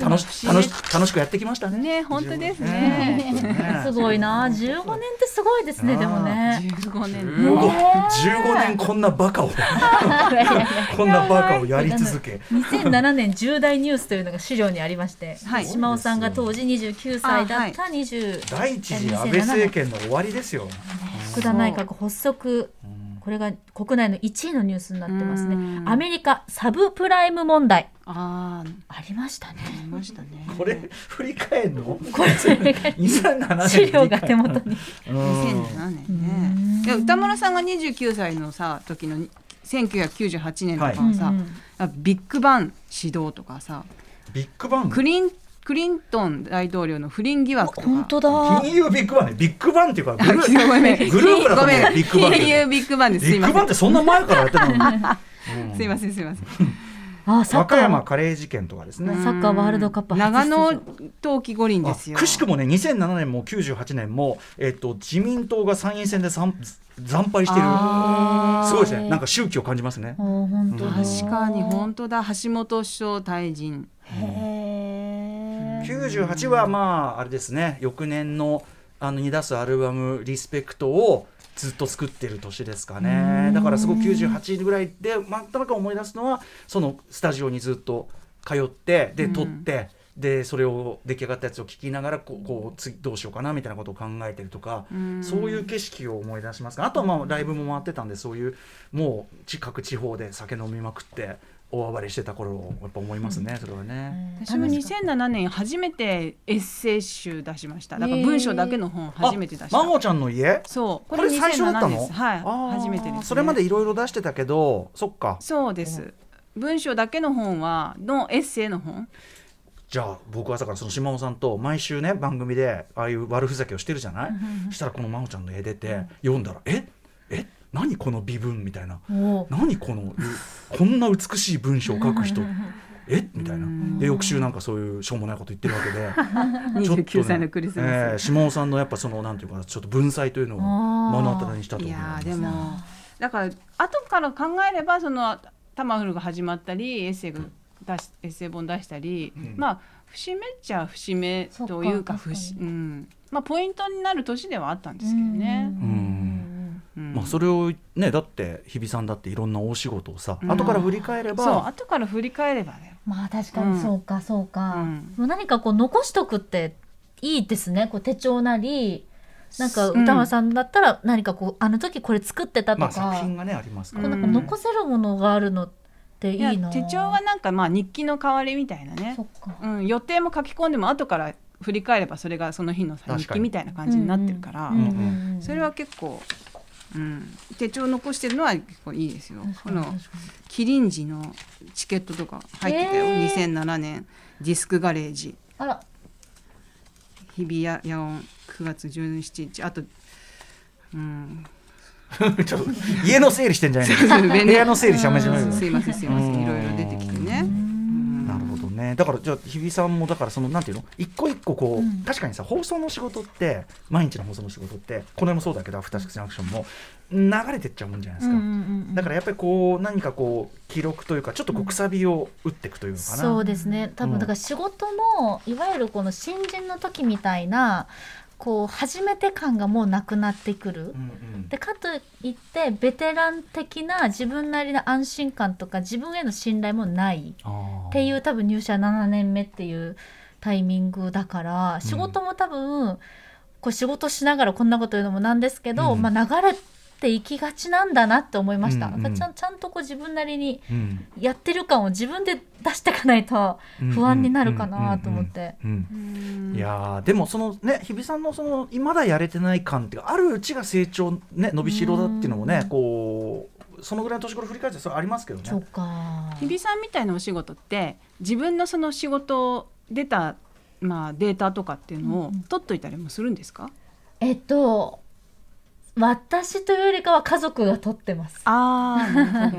[SPEAKER 3] 楽し楽し楽しくやってきましたね
[SPEAKER 4] ね本当ですね
[SPEAKER 3] 本当にね
[SPEAKER 2] すごいな15年ってすごいですねでもね
[SPEAKER 4] 15年
[SPEAKER 3] 15 15年こんなバカをこんなバカをやり続け
[SPEAKER 2] 2007年重大ニュースというのが資料にありまして、
[SPEAKER 4] はい
[SPEAKER 2] 島尾さんが当時29歳だった20、
[SPEAKER 3] 第一次安倍政権の終わりですよ
[SPEAKER 2] 福田内閣発足これが国内の1位のニュースになってますね
[SPEAKER 4] うん
[SPEAKER 2] アメリカサブプライム問題
[SPEAKER 4] ああ
[SPEAKER 2] ありましたね
[SPEAKER 4] ありましたね
[SPEAKER 3] これ振り返るの
[SPEAKER 2] これ
[SPEAKER 3] 2007年
[SPEAKER 2] 資料が手元に
[SPEAKER 4] 2007年ねで歌村さんが29歳のさ時の1998年とかはさ、
[SPEAKER 2] はいうん
[SPEAKER 4] ビッグバン指導とかさ
[SPEAKER 3] ビッグバン
[SPEAKER 4] クリンクリントン大統領の不倫疑惑とか
[SPEAKER 2] 本当だ
[SPEAKER 3] 金融ビッグバンねビッグバンっていうかグルー
[SPEAKER 4] ごめん
[SPEAKER 3] グループだと
[SPEAKER 4] ご
[SPEAKER 3] 思う
[SPEAKER 4] め
[SPEAKER 3] よ
[SPEAKER 4] ん
[SPEAKER 3] ビッグバンって
[SPEAKER 4] 金融ビッグバンですす
[SPEAKER 3] ビッ
[SPEAKER 4] いま
[SPEAKER 3] グ
[SPEAKER 4] せ
[SPEAKER 3] バンってそんな前からやってた のに
[SPEAKER 4] んすいませんすいません
[SPEAKER 2] あサ
[SPEAKER 3] 和
[SPEAKER 2] ッカ
[SPEAKER 3] 歌
[SPEAKER 2] ー
[SPEAKER 3] 山カレー事件とかですね
[SPEAKER 2] サッカーワールドカップ初出場
[SPEAKER 4] 長野冬季五輪ですよ
[SPEAKER 3] あくしくもね2007年も98年も、えっと、自民党が参院選で惨惨敗している
[SPEAKER 4] あー
[SPEAKER 3] すごいですねなんか宗教を感じますね
[SPEAKER 2] あー本当だ
[SPEAKER 4] 確かに本当だ橋本首相退陣
[SPEAKER 2] へー
[SPEAKER 3] 98はまああれですね翌年のあのに出すアルバム「リスペクト」をずっと作ってる年ですかねだからすごく98ぐらいでまたなんか思い出すのはそのスタジオにずっと通ってで撮って、でそれを出来上がったやつを聞きながらこうこう次どうしようかなみたいなことを考えてるとか、
[SPEAKER 4] うん
[SPEAKER 3] そういう景色を思い出しますがあとはまあライブも回ってたんでそういうもう地各地方で酒飲みまくって大暴れしてた頃をやっぱ思いますね、それはね。
[SPEAKER 4] 私も2007年初めてエッセイ集出しましただから文章だけの本初めて出した、
[SPEAKER 3] マモちゃんの家
[SPEAKER 4] そう
[SPEAKER 3] これ最初だった
[SPEAKER 4] 2007
[SPEAKER 3] の
[SPEAKER 4] ですはい
[SPEAKER 3] あー
[SPEAKER 4] 初めてです、ね、
[SPEAKER 3] それまでいろいろ出してたけどそっか
[SPEAKER 4] そうです文章だけの本はのエッセイの本
[SPEAKER 3] じゃあ僕は朝からその島尾さんと毎週ね番組でああいう悪ふざけをしてるじゃないしたらこの真央ちゃんの絵出て読んだら「ええ何この微文」みたいな
[SPEAKER 2] も
[SPEAKER 3] 「何このうこんな美しい文章を書く人」えみたいなで翌週なんかそういうしょうもないこと言ってるわけで ちょっとね
[SPEAKER 4] 29歳のクリスマス、
[SPEAKER 3] えー島尾さんのやっぱそのなんていうかなちょっと文才というのを目の当たりにしたと
[SPEAKER 4] い
[SPEAKER 3] 思い
[SPEAKER 4] や
[SPEAKER 3] ま
[SPEAKER 4] ー
[SPEAKER 3] す
[SPEAKER 4] でもだから後から考えればそのタマフルが始まったりエッセイが出しエッセイ本出したり、まあ節目っちゃ節目というか
[SPEAKER 2] そっか
[SPEAKER 4] 節
[SPEAKER 2] 確
[SPEAKER 4] うんまあポイントになる年ではあったんですけどね。うん
[SPEAKER 3] まあそれをねだって日比さんだっていろんな大仕事をさ、
[SPEAKER 4] うん
[SPEAKER 3] 後から振り返れば
[SPEAKER 4] そう後から振り返ればね。
[SPEAKER 2] うまあ確かにそうかそうか、
[SPEAKER 4] うん
[SPEAKER 2] もう何かこう残しとくっていいですねこう手帳なりなんか歌丸さんだったら何かこうあの時これ作ってたと
[SPEAKER 3] まあ
[SPEAKER 2] か、
[SPEAKER 3] 作品がねありますか
[SPEAKER 2] こうな
[SPEAKER 3] ら、
[SPEAKER 2] ん
[SPEAKER 4] う
[SPEAKER 2] か
[SPEAKER 4] ん
[SPEAKER 2] 残せるものがあるのっていい
[SPEAKER 4] いや
[SPEAKER 2] な
[SPEAKER 4] 手帳はなんかまあ日記の代わりみたいなね
[SPEAKER 2] そっ。か
[SPEAKER 4] うん予定も書き込んでも後から振り返ればそれがその日の
[SPEAKER 3] かに
[SPEAKER 4] 日記みたいな感じになってるから。
[SPEAKER 2] うんうんうん
[SPEAKER 4] それは結構、うん、手帳残してるのは結構いいですよ。このキリンジのチケットとか入ってたよ。
[SPEAKER 2] へー
[SPEAKER 4] 2007年ディスクガレージ
[SPEAKER 2] あら
[SPEAKER 4] 日比谷野音9月17日あと、 うん、
[SPEAKER 3] ちょっと家の整理してんじゃないの
[SPEAKER 4] 部
[SPEAKER 3] 部屋の整理しゃめじゃないの
[SPEAKER 4] すいませんすいませんいろいろ出てきてね。
[SPEAKER 3] なるほどねだからじゃあ日比さんもだからそのなんていうの一個一個こう、確かにさ放送の仕事って毎日の放送の仕事ってこれもそうだけどアフターシックスジャンクションも流れてっちゃうもんじゃないですか、だからやっぱりこう何かこう記録というかちょっとこうくさびを打っていくというのかな、
[SPEAKER 2] そうですね多
[SPEAKER 3] うん
[SPEAKER 2] 分だから仕事もいわゆるこの新人の時みたいなこう初めて感がもうなくなってくる
[SPEAKER 3] う。んうん
[SPEAKER 2] でかといってベテラン的な自分なりの安心感とか自分への信頼もない
[SPEAKER 3] あー
[SPEAKER 2] っていう多分入社7年目っていうタイミングだから仕事も多分、こう仕事しながらこんなこと言うのもなんですけど、
[SPEAKER 3] うん
[SPEAKER 2] まあ、流れていきがちなんだなって思いました、
[SPEAKER 3] うんうん
[SPEAKER 2] だからちゃんちゃんとこう自分なりに
[SPEAKER 3] うん
[SPEAKER 2] やってる感を自分で出していかないと不安になるかなと思って。
[SPEAKER 3] うんうんうんうんいやーでもそのね日比さんのそのまだやれてない感っていうかあるうちが成長ね伸びしろだっていうのもねこうそのぐらいの年頃振り返ってそれありますけどね。
[SPEAKER 2] そうか
[SPEAKER 4] 日比さんみたいなお仕事って自分のその仕事を出たまあデータとかっていうのを取っといたりもするんですか？
[SPEAKER 2] えっと私というよりかは家族が撮ってます。
[SPEAKER 4] ああなる ほど。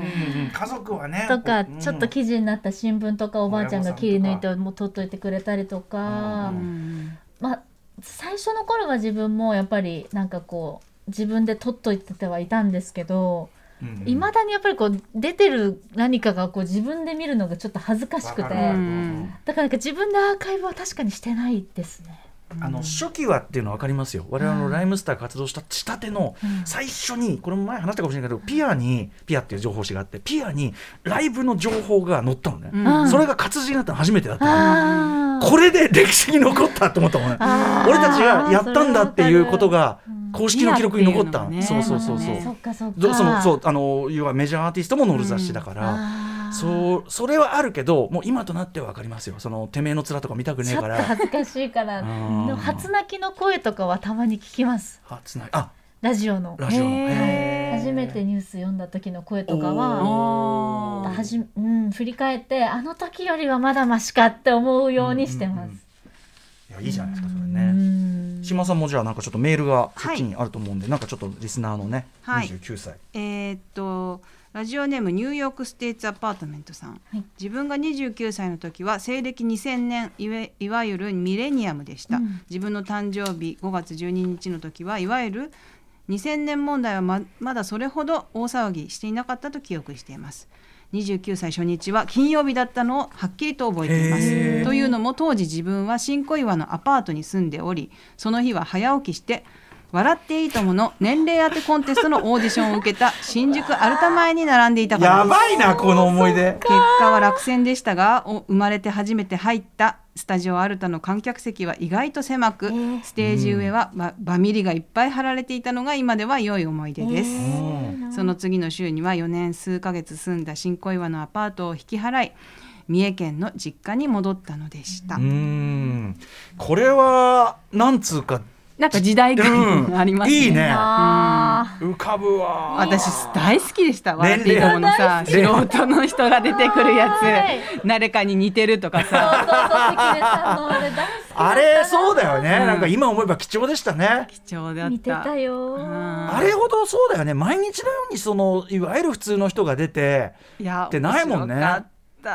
[SPEAKER 3] 家族はね
[SPEAKER 2] とか、
[SPEAKER 3] こううん
[SPEAKER 2] ちょっと記事になった新聞とかおばあちゃんが切り抜い
[SPEAKER 3] 親
[SPEAKER 2] てもう撮っといてくれたりとか、
[SPEAKER 3] うん
[SPEAKER 4] うん
[SPEAKER 2] まあ最初の頃は自分もやっぱりなんかこう自分で撮っといててはいたんですけど
[SPEAKER 3] うん
[SPEAKER 2] いま、未だにやっぱりこう出てる何かがこう自分で見るのがちょっと恥ずかしくて
[SPEAKER 3] わ
[SPEAKER 2] だ
[SPEAKER 3] か
[SPEAKER 2] か
[SPEAKER 3] るわかる
[SPEAKER 4] うん
[SPEAKER 2] らなんか自分でアーカイブは確かにしてないですね。
[SPEAKER 3] あの初期はっていうのは分かりますよ我々のライムスター活動したしたての最初にこれも前話したかもしれないけどピアにピアっていう情報誌があってピアにライブの情報が載ったのね、
[SPEAKER 2] うん
[SPEAKER 3] それが活字になったの初めてだったの
[SPEAKER 2] あー
[SPEAKER 3] これで歴史に残ったと思ったもんね
[SPEAKER 2] あー
[SPEAKER 3] 俺たちがやったんだっていうことが
[SPEAKER 2] うん
[SPEAKER 3] 公式の記録に残ったの、
[SPEAKER 4] リアルっ
[SPEAKER 3] そ
[SPEAKER 4] ていううの
[SPEAKER 3] そう
[SPEAKER 4] もね
[SPEAKER 3] そうそう
[SPEAKER 4] なるほ
[SPEAKER 2] そっかそっ
[SPEAKER 3] ど
[SPEAKER 2] か
[SPEAKER 3] そのそうあの要はメジャーアーティストも載る雑誌だから、
[SPEAKER 2] あー
[SPEAKER 3] そうそれはあるけどもう今となっては分かりますよそのてめえの面とか見たくねえ
[SPEAKER 2] ちょっ
[SPEAKER 3] か
[SPEAKER 2] と
[SPEAKER 3] ら
[SPEAKER 2] 恥ずかしいからで
[SPEAKER 3] うん
[SPEAKER 2] も初泣きの声とかはたまに聞きます
[SPEAKER 3] あつないあ
[SPEAKER 2] ラジオの
[SPEAKER 3] ラジオの
[SPEAKER 4] へ
[SPEAKER 2] 初めてニュース読んだ時の声とかは
[SPEAKER 3] おー
[SPEAKER 2] はじめ、うん、振り返ってあの時よりはまだマシかって思うようにしてます。
[SPEAKER 3] いやいいじゃないですかそれ
[SPEAKER 2] う
[SPEAKER 3] ね
[SPEAKER 2] ん
[SPEAKER 3] 島さんもじゃあなんかちょっとメールがそっちにあると思うんで、なんかちょっとリスナーのね
[SPEAKER 4] はい
[SPEAKER 3] 29歳、
[SPEAKER 4] えーっとラジオネームニューヨークステイツアパートメントさん、
[SPEAKER 2] はい
[SPEAKER 4] 自分が29歳の時は西暦2000年いわいわゆるミレニアムでした、
[SPEAKER 2] うん
[SPEAKER 4] 自分の誕生日5月12日の時はいわゆる2000年問題はままだそれほど大騒ぎしていなかったと記憶しています29歳初日は金曜日だったのをはっきりと覚えていま
[SPEAKER 3] へー
[SPEAKER 4] すというのも当時自分は新小岩のアパートに住んでおりその日は早起きして笑っていいともの年齢当てコンテストのオーディションを受けた新宿アルタ前に並んでいたから
[SPEAKER 3] や
[SPEAKER 4] です
[SPEAKER 3] ばいなこの思い出
[SPEAKER 4] 結果は落選でしたがお生まれて初めて入ったスタジオアルタの観客席は意外と狭く、ステージ上はババミリがいっぱい貼られていたのが今では良い思い出です、その次の週には4年数ヶ月住んだ新小岩のアパートを引き払い三重県の実家に戻ったのでした、
[SPEAKER 3] うーんこれはなんつうか、
[SPEAKER 4] なんか時代感
[SPEAKER 3] うん
[SPEAKER 4] がありますね
[SPEAKER 3] いいね
[SPEAKER 2] あ
[SPEAKER 3] 浮かぶわ
[SPEAKER 4] 私大好きでした「
[SPEAKER 3] 年齢
[SPEAKER 4] 笑っていいとも」のさ素人の人が出てくるやつ誰かに似てると か
[SPEAKER 2] あ、
[SPEAKER 4] さ
[SPEAKER 2] そうそうそう、関根さんのあれ大好き。
[SPEAKER 3] あれそうだよね、
[SPEAKER 4] うん
[SPEAKER 3] なんか今思えば貴重でしたね
[SPEAKER 4] 貴重だった
[SPEAKER 2] 見てたよ
[SPEAKER 4] うん
[SPEAKER 2] ー。
[SPEAKER 3] あれほどそうだよね毎日のようにそのいわゆる普通の人が出て
[SPEAKER 4] いや
[SPEAKER 3] ってないもんね
[SPEAKER 4] 面白かった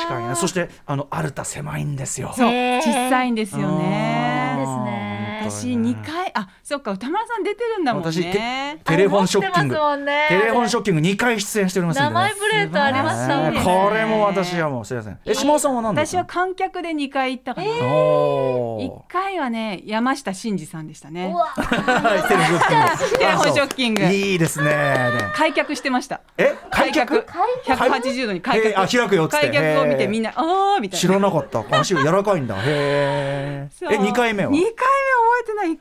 [SPEAKER 3] 確かにねそしてあのアルタ狭いんですよ
[SPEAKER 4] そう
[SPEAKER 2] へー
[SPEAKER 4] 小さいんですよ
[SPEAKER 3] あー
[SPEAKER 4] ね
[SPEAKER 2] ですね
[SPEAKER 3] 本当
[SPEAKER 4] 私
[SPEAKER 3] にね
[SPEAKER 4] 二回あそっか歌丸さん出てるんだもん
[SPEAKER 3] 私て
[SPEAKER 4] ね
[SPEAKER 3] テレフォンショッキング
[SPEAKER 2] あれ持ってますもんね
[SPEAKER 3] テレフォンショッキング2回出演しておりますんでね
[SPEAKER 2] 名前プレートありましたもん
[SPEAKER 3] ね
[SPEAKER 2] ね。
[SPEAKER 3] これも私はもうすいませんえ島尾さんは何です
[SPEAKER 4] 私は観客で二回行ったかな
[SPEAKER 3] お
[SPEAKER 4] 一
[SPEAKER 3] ー
[SPEAKER 4] 回はね山下真司さんでしたね
[SPEAKER 2] うわ、
[SPEAKER 3] はいテレフォンショッキング
[SPEAKER 4] テレフォンショッキング
[SPEAKER 3] あそう いいですねね
[SPEAKER 4] 開脚してました
[SPEAKER 3] え開脚
[SPEAKER 4] 180度に開
[SPEAKER 3] へーあ
[SPEAKER 4] 脚
[SPEAKER 3] 開くよっつって
[SPEAKER 4] 開脚を見
[SPEAKER 3] へ
[SPEAKER 4] て
[SPEAKER 3] ー
[SPEAKER 4] みんなあーみたいな
[SPEAKER 3] 知らなかった足柔らかいんだへ
[SPEAKER 4] そ
[SPEAKER 3] ええ
[SPEAKER 4] う
[SPEAKER 3] 二回目は
[SPEAKER 4] 二回目覚えてない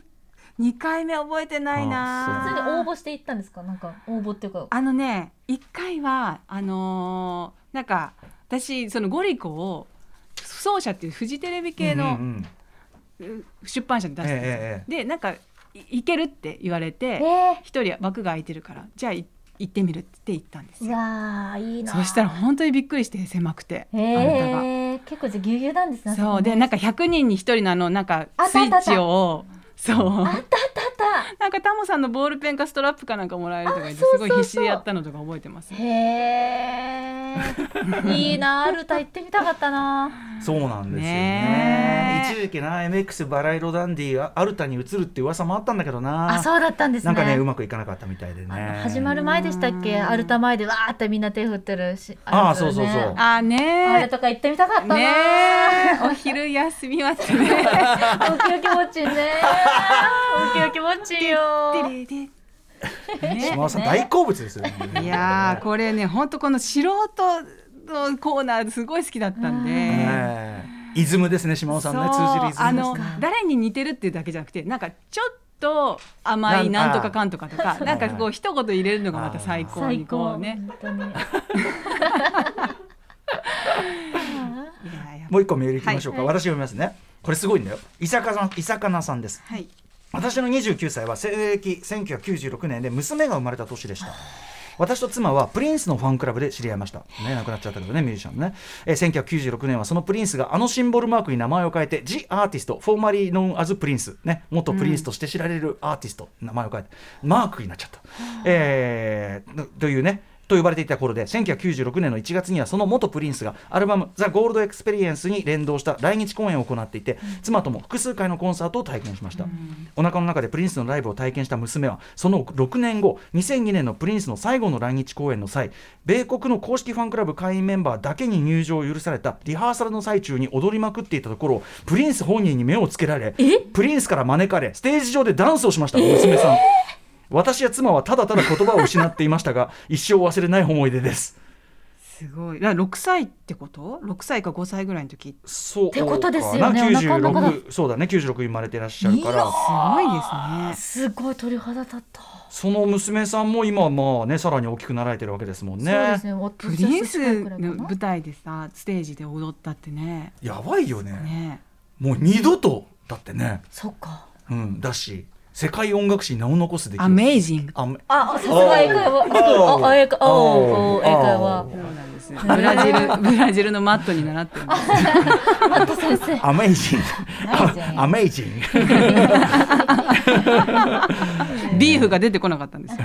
[SPEAKER 4] 二回目覚えてない
[SPEAKER 3] あ
[SPEAKER 2] 普
[SPEAKER 4] な
[SPEAKER 2] 通に応募していったんですか。なんか応募っていうか。
[SPEAKER 4] あのね一回はあのーなんか私そのゴリコを奏者っていうフジテレビ系
[SPEAKER 3] うんう
[SPEAKER 4] の
[SPEAKER 3] ん
[SPEAKER 4] 出版社で出してたんですよ、
[SPEAKER 3] えええ
[SPEAKER 4] でなんかいいけるって言われ
[SPEAKER 2] え
[SPEAKER 4] て
[SPEAKER 2] え
[SPEAKER 4] 一、人枠が空いてるからじゃあい行ってみるって行ったんです
[SPEAKER 2] ー、う
[SPEAKER 4] よ
[SPEAKER 2] わー、いいな。
[SPEAKER 4] そしたら。本当にびっくりして狭くて、あなたが
[SPEAKER 2] ええ、結構じゃあぎゅうぎゅうなんですね。
[SPEAKER 4] そうでなんか100人に1人のあのなんか
[SPEAKER 2] あった
[SPEAKER 4] ス
[SPEAKER 2] あ
[SPEAKER 4] イ
[SPEAKER 2] ったあった
[SPEAKER 4] ッチをそう
[SPEAKER 2] あったあったあっ
[SPEAKER 4] なんかタモさんのボールペンかストラップかなんかもらえるとか言って
[SPEAKER 2] あそう
[SPEAKER 4] す
[SPEAKER 2] そうそ
[SPEAKER 4] ご
[SPEAKER 2] う
[SPEAKER 4] い必死でやったのとか覚えてます
[SPEAKER 2] た。へえ。いいな、アルタ行ってみたかったな。
[SPEAKER 3] そうなんですよね
[SPEAKER 4] ねえ
[SPEAKER 3] 一時期な MX バラ色ダンディあアルタに移るって噂もあったんだけどな
[SPEAKER 2] あ、そうだったんです
[SPEAKER 3] なんかね
[SPEAKER 2] ね
[SPEAKER 3] う。まくいかなかったみたいでね
[SPEAKER 2] 始まる前でしたっけ、アルタ前でわーってみんな手振ってるし。
[SPEAKER 3] あー
[SPEAKER 2] れですよね
[SPEAKER 3] そうそうそう
[SPEAKER 4] あ
[SPEAKER 2] あれ
[SPEAKER 4] ね
[SPEAKER 2] とか行ってみたかった
[SPEAKER 4] え
[SPEAKER 2] な。
[SPEAKER 4] ねえお昼休みま すね。
[SPEAKER 2] ウキウキウォッチンね。ウキウキウォッチンよ。
[SPEAKER 3] 島尾さん大好物ですよね
[SPEAKER 4] いやーこれね本当この素人のコーナーすごい好きだったんで。
[SPEAKER 3] ねえイズムですね島尾さんね通じるイズムですね
[SPEAKER 4] あの誰に似てるっていうだけじゃなくてなんかちょっと甘い
[SPEAKER 3] なん
[SPEAKER 4] なんとかかんとか とかなんかこう一言入れるのがまた最高
[SPEAKER 2] 最
[SPEAKER 4] にこ
[SPEAKER 2] 高
[SPEAKER 4] うね。
[SPEAKER 2] 本当に。
[SPEAKER 4] いやーやっぱ
[SPEAKER 3] もう一個メールいきましょうか、
[SPEAKER 2] はい
[SPEAKER 3] 私読みますねこれすごいんだよ伊坂さん伊坂なさんです
[SPEAKER 4] はい
[SPEAKER 3] 私の29歳は西暦1996年で娘が生まれた年でした私と妻はプリンスのファンクラブで知り合いました、ね、亡くなっちゃったけどねミュージシャンのね、えー、1996年はそのプリンスがあのシンボルマークに名前を変えて「ジ・アーティスト」「フォーマリー・ノン・アズ・プリンス」ね元プリンスとして知られるアーティスト、名前を変えてマークになっちゃった、えーというねと呼ばれていた頃で1996年の1月にはその元プリンスがアルバム「ザ・ゴールド・エクスペリエンス」に連動した来日公演を行っていて妻とも複数回のコンサートを体験しました、お腹の中でプリンスのライブを体験した娘はその6年後2002年のプリンスの最後の来日公演の際米国の公式ファンクラブ会員メンバーだけに入場を許されたリハーサルの最中に踊りまくっていたところプリンス本人に目をつけられプリンスから招かれステージ上でダンスをしました娘さん、私や妻はただただ言葉を失っていました が一生忘れない思い出です
[SPEAKER 4] すごい。だから6歳ってこと？6歳か5歳ぐらいの時。す
[SPEAKER 3] そう
[SPEAKER 2] てことですよね
[SPEAKER 3] かな
[SPEAKER 2] お腹の中だ
[SPEAKER 3] 96そうだね96生まれてらっしゃるから
[SPEAKER 4] ごいですね。
[SPEAKER 2] すごい鳥肌立った。
[SPEAKER 3] その娘さんも今まあねさらに大きくなられてるわけですもんね
[SPEAKER 2] そうですね。
[SPEAKER 4] プリンスの舞台でさステージで踊ったってね。
[SPEAKER 3] やばいよね
[SPEAKER 4] ね。
[SPEAKER 3] もう二度とだってね、
[SPEAKER 2] そっか。
[SPEAKER 3] うん、だし世界音楽史に名を残すできる
[SPEAKER 4] アメイジング。
[SPEAKER 3] あめ
[SPEAKER 2] あ、さすが英会話。
[SPEAKER 3] おう
[SPEAKER 2] あ、英会話。おう英会話
[SPEAKER 3] おう。
[SPEAKER 4] そうなん です。ブラジルブラジルのマットに習ってるんです。
[SPEAKER 2] マット先生。
[SPEAKER 3] アメ イジング
[SPEAKER 2] ないぜ
[SPEAKER 3] アメイジ ン グ
[SPEAKER 4] ビーフが出てこなかったんですよ。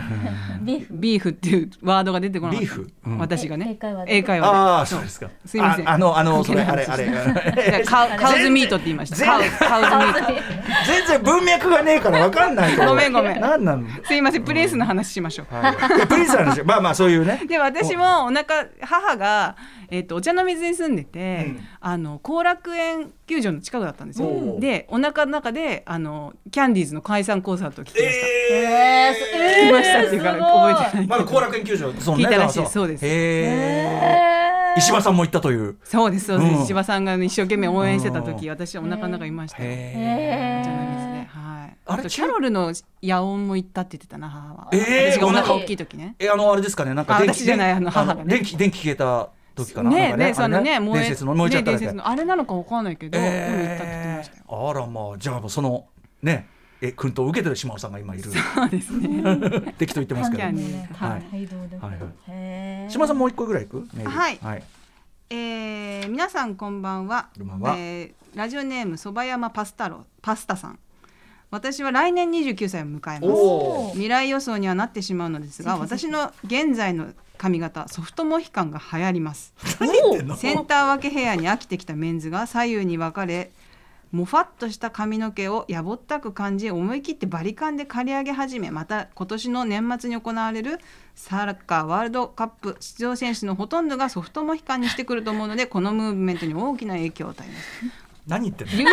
[SPEAKER 2] ビーフ。
[SPEAKER 4] ビーフっていうワードが出てこなかっ
[SPEAKER 3] ビ
[SPEAKER 4] た。
[SPEAKER 3] ーフうん
[SPEAKER 4] 私がね。
[SPEAKER 2] 英会話で
[SPEAKER 4] 英会話
[SPEAKER 3] ああそうですか
[SPEAKER 4] すいません
[SPEAKER 3] ああのあのそ
[SPEAKER 4] 関
[SPEAKER 3] れ
[SPEAKER 4] 係ない
[SPEAKER 3] あれあれ
[SPEAKER 4] で。じゃあカウカウズミートって言いました。
[SPEAKER 3] 全
[SPEAKER 4] カウカウズミート。
[SPEAKER 3] 全然文脈がねえからわかんないと思う
[SPEAKER 4] ごめんごめん
[SPEAKER 3] なんなの
[SPEAKER 4] すいません。プリンスの話しましょう。
[SPEAKER 3] はいいやプリンスなんですよまあまあそういうね
[SPEAKER 4] で私もお腹母が、えっとお茶の水に住んでて、
[SPEAKER 3] うん
[SPEAKER 4] あの後楽園球場の近くだったんですよ、
[SPEAKER 3] おう
[SPEAKER 4] でお腹の中であのキャンディーズの解散コンサートを聞きました、
[SPEAKER 3] え
[SPEAKER 2] え
[SPEAKER 4] 聞きましたっていうか
[SPEAKER 2] すごい
[SPEAKER 4] 覚えてない
[SPEAKER 3] まだ後楽園球場そう
[SPEAKER 4] 聞いたらしい
[SPEAKER 3] だか
[SPEAKER 4] そうです
[SPEAKER 3] へえ
[SPEAKER 2] えー
[SPEAKER 3] 石破さんも行ったという
[SPEAKER 4] そうですそうです、
[SPEAKER 3] うん
[SPEAKER 4] 石破さんが一生懸命応援してた時私はお腹の中いましたよ
[SPEAKER 3] へ
[SPEAKER 4] じゃないですねはい
[SPEAKER 3] あ
[SPEAKER 4] あ
[SPEAKER 3] れ
[SPEAKER 4] とキャロルの野音も行ったって言ってたな母は、
[SPEAKER 3] えー
[SPEAKER 4] 私がお
[SPEAKER 3] お
[SPEAKER 4] 腹
[SPEAKER 3] 腹
[SPEAKER 4] 大きい時ね
[SPEAKER 3] えあのあれですかねなんか
[SPEAKER 4] あ私じゃないあの母がね
[SPEAKER 3] 電気電気消えた時かななん
[SPEAKER 4] ね
[SPEAKER 3] か
[SPEAKER 4] ねその
[SPEAKER 3] あれ
[SPEAKER 4] ね燃え
[SPEAKER 3] 伝説の燃えちゃった
[SPEAKER 4] ね
[SPEAKER 3] やつ
[SPEAKER 4] 伝説のあれなのかわかんないけど、でも行ったって言ってましたよ
[SPEAKER 3] あらまあじゃあもうそのねえ訓導を受けてる島尾さんが今いる
[SPEAKER 4] そうです ね
[SPEAKER 3] 敵と言ってますけど
[SPEAKER 4] キャンディー
[SPEAKER 3] はい
[SPEAKER 2] はいどうでも
[SPEAKER 3] はいはい
[SPEAKER 2] へー
[SPEAKER 3] 島尾さんもう一個ぐらい行くメール
[SPEAKER 4] はい
[SPEAKER 3] はい
[SPEAKER 4] えー、皆さんこんばんは
[SPEAKER 3] こんばんは
[SPEAKER 4] えーラジオネームそば山パスタロパスタさん私は来年29歳を迎えます
[SPEAKER 3] お
[SPEAKER 4] 未来予想にはなってしまうのです が私の現在の髪型ソフトモヒカンが流行りますセンター分けヘアに飽きてきたメンズが左右に分かれもファッとした髪の毛をやぼったく感じ思い切ってバリカンで刈り上げ始めまた今年の年末に行われるサッカーワールドカップ出場選手のほとんどがソフトモヒカンにしてくると思うのでこのムーブメントに大きな影響を与えます
[SPEAKER 3] 何言ってんの
[SPEAKER 4] 流行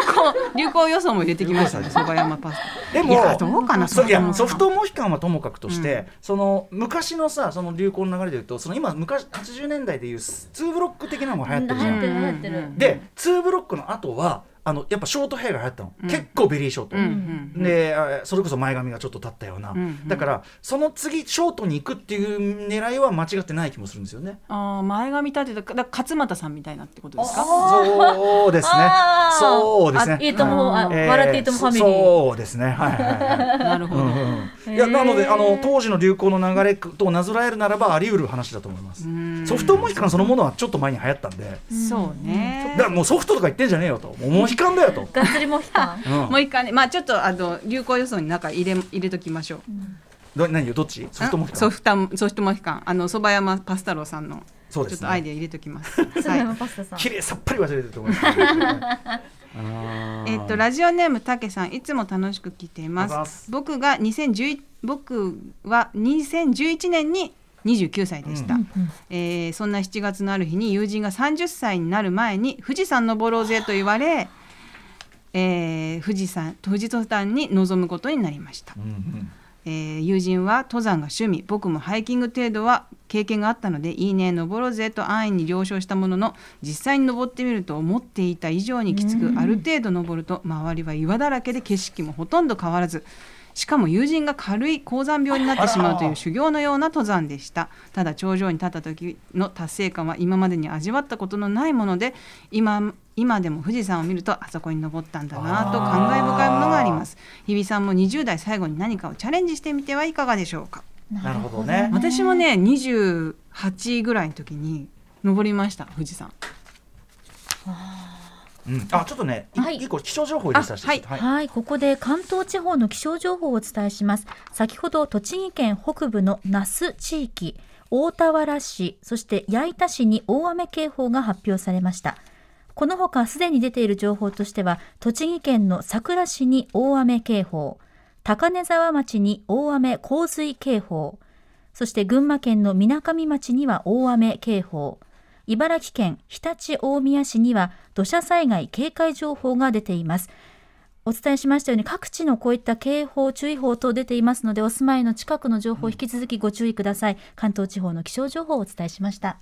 [SPEAKER 4] 流行予想も入れてきましたねそば山パスタ
[SPEAKER 3] でも
[SPEAKER 4] いやどうかな
[SPEAKER 3] そうい
[SPEAKER 4] ソフトモヒカ
[SPEAKER 3] や
[SPEAKER 4] ン
[SPEAKER 3] ソフトモヒカンはともかくとして、その昔のさその流行の流れでいうとその今昔80年代でいうツーブロック的なのも流行ってるじゃん
[SPEAKER 2] 流行ってる流行ってる、
[SPEAKER 4] うん
[SPEAKER 3] でツーブロックの後はあのやっぱショートヘアが流行ったの、
[SPEAKER 4] うん
[SPEAKER 3] 結構ベリーショート、
[SPEAKER 4] うんうん
[SPEAKER 3] であそれこそ前髪がちょっと立ったような、
[SPEAKER 4] うんうん
[SPEAKER 3] だからその次ショートに行くっていう狙いは間違ってない気もするんですよね。
[SPEAKER 4] ああ前髪立てただから勝俣さんみたいなってことですか
[SPEAKER 3] そうですね
[SPEAKER 2] あー
[SPEAKER 3] そうですね
[SPEAKER 2] あいいとも、
[SPEAKER 4] はい
[SPEAKER 2] あ、笑っていいともファミリー。
[SPEAKER 3] そうですねはいはいはい
[SPEAKER 4] なるほ ど、
[SPEAKER 3] いやなのであの当時の流行の流れとなぞらえるならばあり得る話だと思います
[SPEAKER 4] うん
[SPEAKER 3] ソフトモヒカンそのものはちょっと前に流行ったんで
[SPEAKER 4] そうね
[SPEAKER 3] だからもうソフトとか言ってんじゃねえよともうモヒカンだよと、
[SPEAKER 2] がっつりモヒ カン。
[SPEAKER 3] う、
[SPEAKER 4] もうん一回ね、まあちょっとあの流行予想に中入れ入れときましょう。
[SPEAKER 3] ど何よどっちソフトモヒカン
[SPEAKER 4] ソフタソフトモヒカン、あの蕎麦山パスタローさんのち
[SPEAKER 3] そ
[SPEAKER 4] ょ
[SPEAKER 3] う
[SPEAKER 4] っ
[SPEAKER 3] ですね
[SPEAKER 4] とアイデア入れときます。は
[SPEAKER 2] それも
[SPEAKER 4] い。
[SPEAKER 2] パスタさん。
[SPEAKER 3] 綺麗さっぱり忘れてると思いますあー
[SPEAKER 4] えっとラジオネームたけさん、いつも楽しく聞いてい
[SPEAKER 3] ありがとうございま
[SPEAKER 4] ますす。僕が2011僕は2011年に29歳でした、えーそんな7月のある日に友人が30歳になる前に富士山登ろうぜと言われ、えー富士山富士登山に臨むことになりました
[SPEAKER 3] う。んうん
[SPEAKER 4] えー友人は登山が趣味僕もハイキング程度は経験があったのでいいね登ろうぜと安易に了承したものの実際に登ってみると思っていた以上にきつく、ある程度登ると周りは岩だらけで景色もほとんど変わらずしかも友人が軽い高山病になってしまうという修行のような登山でしたただ頂上に立った時の達成感は今までに味わったことのないもので今今でも富士山を見るとあそこに登ったんだなと感慨深いものがあります日比さんも20代最後に何かをチャレンジしてみてはいかがでしょうか
[SPEAKER 3] なるほどね
[SPEAKER 4] 私もね28ぐらいの時に登りました富士山
[SPEAKER 3] うんあちょっとねい
[SPEAKER 2] はい
[SPEAKER 3] 一個気象情報入れさせて
[SPEAKER 4] あはい
[SPEAKER 3] はい
[SPEAKER 2] はい、ここで関東地方の気象情報をお伝えします。先ほど栃木県北部の那須地域、大田原市、そして矢板市に大雨警報が発表されました。このほかすでに出ている情報としては、栃木県のさくら市に大雨警報、高根沢町に大雨洪水警報、そして群馬県の水上町には大雨警報、茨城県常陸大宮市には土砂災害警戒情報が出ています。お伝えしましたように各地のこういった警報、注意報等出ていますのでお住まいの近くの情報引き続きご注意ください。関東地方の気象情報をお伝えしました。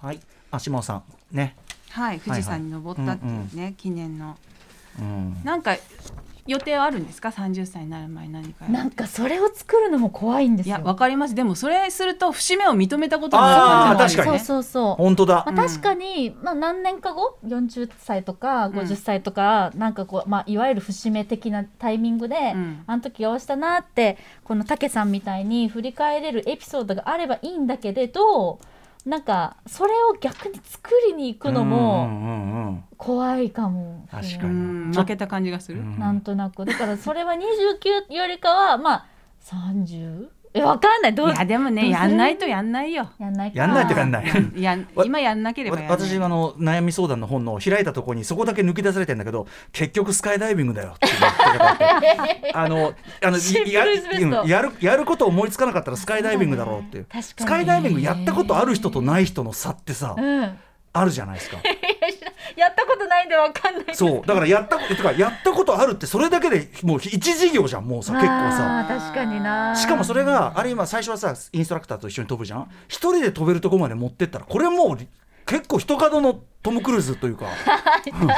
[SPEAKER 3] はいあ島尾さんね
[SPEAKER 4] はい富士山に登ったっていうね、記念の
[SPEAKER 3] うん
[SPEAKER 4] なんか予定はあるんですか30歳になる前に何かやる
[SPEAKER 2] んかそれを作るのも怖いんで
[SPEAKER 4] いやわかりますでもそれすると節目を認めたことに
[SPEAKER 3] あ
[SPEAKER 4] な
[SPEAKER 3] ー
[SPEAKER 4] る感じ
[SPEAKER 3] 確か
[SPEAKER 4] も
[SPEAKER 3] に
[SPEAKER 2] そ
[SPEAKER 4] あ
[SPEAKER 2] う
[SPEAKER 4] る
[SPEAKER 2] そうそう。
[SPEAKER 3] 本当だ
[SPEAKER 2] まあ、
[SPEAKER 4] ん
[SPEAKER 2] 確かに、まあ、何年か後40歳とか50歳とか、なんかこう、まあ、いわゆる節目的なタイミングで、
[SPEAKER 4] ん
[SPEAKER 2] あの時ああしたなってこの武さんみたいに振り返れるエピソードがあればいいんだけれどなんかそれを逆に作りに行くの
[SPEAKER 3] う
[SPEAKER 2] も
[SPEAKER 3] んうんうん
[SPEAKER 2] 怖いかも。
[SPEAKER 3] 確
[SPEAKER 4] う
[SPEAKER 3] かに
[SPEAKER 4] ん負けた感じがする、
[SPEAKER 3] うん
[SPEAKER 2] なんとなくだからそれは29よりかはまあ 30? えわかんないどう
[SPEAKER 4] いやでも
[SPEAKER 2] どう
[SPEAKER 4] ね
[SPEAKER 2] する
[SPEAKER 4] やんないとやんないよ
[SPEAKER 2] やんないか
[SPEAKER 3] やんな いとやんない
[SPEAKER 4] やん
[SPEAKER 3] わ
[SPEAKER 4] 今やんなければやんない
[SPEAKER 3] わ私 があの悩み相談の本の開いたところにそこだけ抜き出されてんだけど結局スカイダイビングだよっていうのがあっ てあのあの
[SPEAKER 2] シンプル
[SPEAKER 3] や
[SPEAKER 2] イズベスト
[SPEAKER 3] うんやるやること思いつかなかったらスカイダイビングだろうっていう
[SPEAKER 2] 確かに
[SPEAKER 3] スカイダイビングやったことある人とない人の差ってさ
[SPEAKER 2] うん、いや
[SPEAKER 3] あるじゃないですか
[SPEAKER 2] やったことないんでわかんないです
[SPEAKER 3] そうだからやったことかやったことあるってそれだけでもう一事業じゃんもうさ結構さ
[SPEAKER 2] あー確かにな
[SPEAKER 3] しかもそれがあれ今最初はさインストラクターと一緒に飛ぶじゃん一人で飛べるとこまで持ってったらこれもう結構人角のトム・クルーズとい うか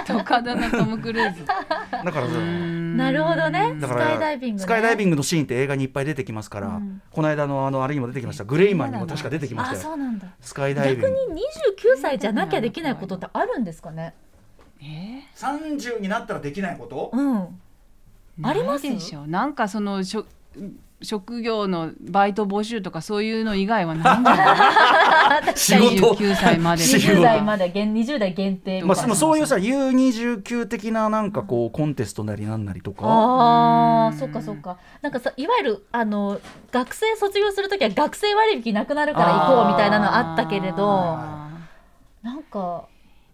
[SPEAKER 4] トカダのトム・クルーズ
[SPEAKER 3] だからさ
[SPEAKER 2] なるほどね
[SPEAKER 3] だ
[SPEAKER 2] ス
[SPEAKER 3] から
[SPEAKER 2] カイダイビング、ね、
[SPEAKER 3] スカイダイビングのシーンって映画にいっぱい出てきますから、
[SPEAKER 2] うん
[SPEAKER 3] この間のあのあれにも出てきましたグレイマンにも確か出てきました
[SPEAKER 2] あ
[SPEAKER 3] よ
[SPEAKER 2] そうなんだ
[SPEAKER 3] スカイダイビン
[SPEAKER 2] 逆
[SPEAKER 3] グ
[SPEAKER 2] に29歳じゃなきゃできないことってあるんですかね
[SPEAKER 4] え
[SPEAKER 3] 30になったらできない こと
[SPEAKER 2] うん
[SPEAKER 4] ー
[SPEAKER 2] あります
[SPEAKER 4] ないでしょなんかそのしょ職業のバイト募集とかそういうの以外はないんじゃない
[SPEAKER 3] 仕事
[SPEAKER 4] 29歳まで
[SPEAKER 3] 仕事
[SPEAKER 2] 20代まで限20代限定み
[SPEAKER 3] まあ、
[SPEAKER 2] たいな
[SPEAKER 3] でもそういうさ U29 的ななんかこうコンテストなりなんなりとか
[SPEAKER 2] あーそっかそっかなんかさいわゆるあの学生卒業するときは学生割引なくなるから行こうみたいなのあったけれど
[SPEAKER 4] あ
[SPEAKER 2] なんか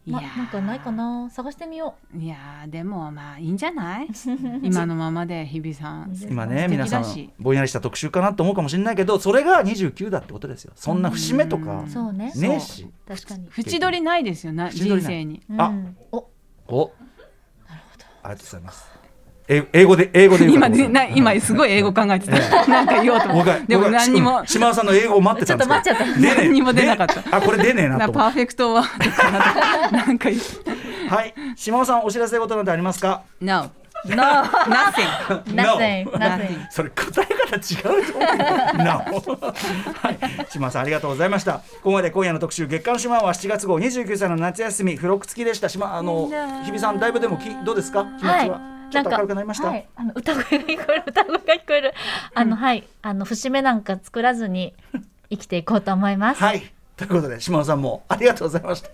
[SPEAKER 4] ー
[SPEAKER 2] ない
[SPEAKER 4] やー
[SPEAKER 2] なんかないかな探してみよ
[SPEAKER 4] いやーでもまあいいんじ ゃない今のままで日比さん
[SPEAKER 2] う
[SPEAKER 3] 今
[SPEAKER 4] 素
[SPEAKER 3] ね
[SPEAKER 4] 敵
[SPEAKER 3] 皆さ
[SPEAKER 4] だし
[SPEAKER 3] んぼんやりした特集かなと思うかもしれないけどそれが29だってことですよそんな節目とか
[SPEAKER 4] うん
[SPEAKER 2] そうね
[SPEAKER 3] ねえし
[SPEAKER 2] 確かに
[SPEAKER 4] 縁取りないですよな
[SPEAKER 3] 縁取りない
[SPEAKER 4] 人生に
[SPEAKER 2] うん
[SPEAKER 3] あ
[SPEAKER 2] お
[SPEAKER 3] おありがとうございますえ英語で英語で言う
[SPEAKER 4] 今
[SPEAKER 3] かと思
[SPEAKER 4] ね
[SPEAKER 3] った
[SPEAKER 4] な今すごい英語考えてたなんか言おうと
[SPEAKER 3] も
[SPEAKER 4] 思
[SPEAKER 3] う一
[SPEAKER 4] って
[SPEAKER 3] 回
[SPEAKER 4] で
[SPEAKER 3] う一
[SPEAKER 4] も
[SPEAKER 3] 回
[SPEAKER 4] 何にも
[SPEAKER 3] うん島尾さんの英語を待ってたんですけど
[SPEAKER 2] ちょっと待っ
[SPEAKER 3] 出ねえ
[SPEAKER 4] 何にも出なかった
[SPEAKER 3] ねあこれ出ねえな
[SPEAKER 4] な
[SPEAKER 3] と
[SPEAKER 4] パ
[SPEAKER 3] 思
[SPEAKER 4] ー
[SPEAKER 3] っ
[SPEAKER 4] フェクトワードかなとなんか言う
[SPEAKER 3] てはい島尾さんお知らせ事なんてありますか
[SPEAKER 4] No No nothing
[SPEAKER 2] Nothing
[SPEAKER 3] No
[SPEAKER 2] Nothing
[SPEAKER 3] それ答え方違うと思うけどなお、はい、島さんありがとうございましたここまで今夜の特集月刊島は7月号29歳の夏休み付録付きでした島あの日比さんだいぶでもきどうですか気持ちは、
[SPEAKER 2] はい
[SPEAKER 3] ちょっと明
[SPEAKER 2] な
[SPEAKER 3] る
[SPEAKER 2] ん
[SPEAKER 3] く
[SPEAKER 2] か
[SPEAKER 3] なりました、
[SPEAKER 2] はい、あの歌声が聞こえる歌声が聞こえるあの、はいあの節目なんか作らずに生きていこうと思います、
[SPEAKER 3] はい。ということで、島尾さんもありがとうございました。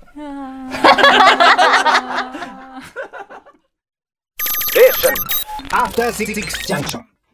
[SPEAKER 5] After Six Junction.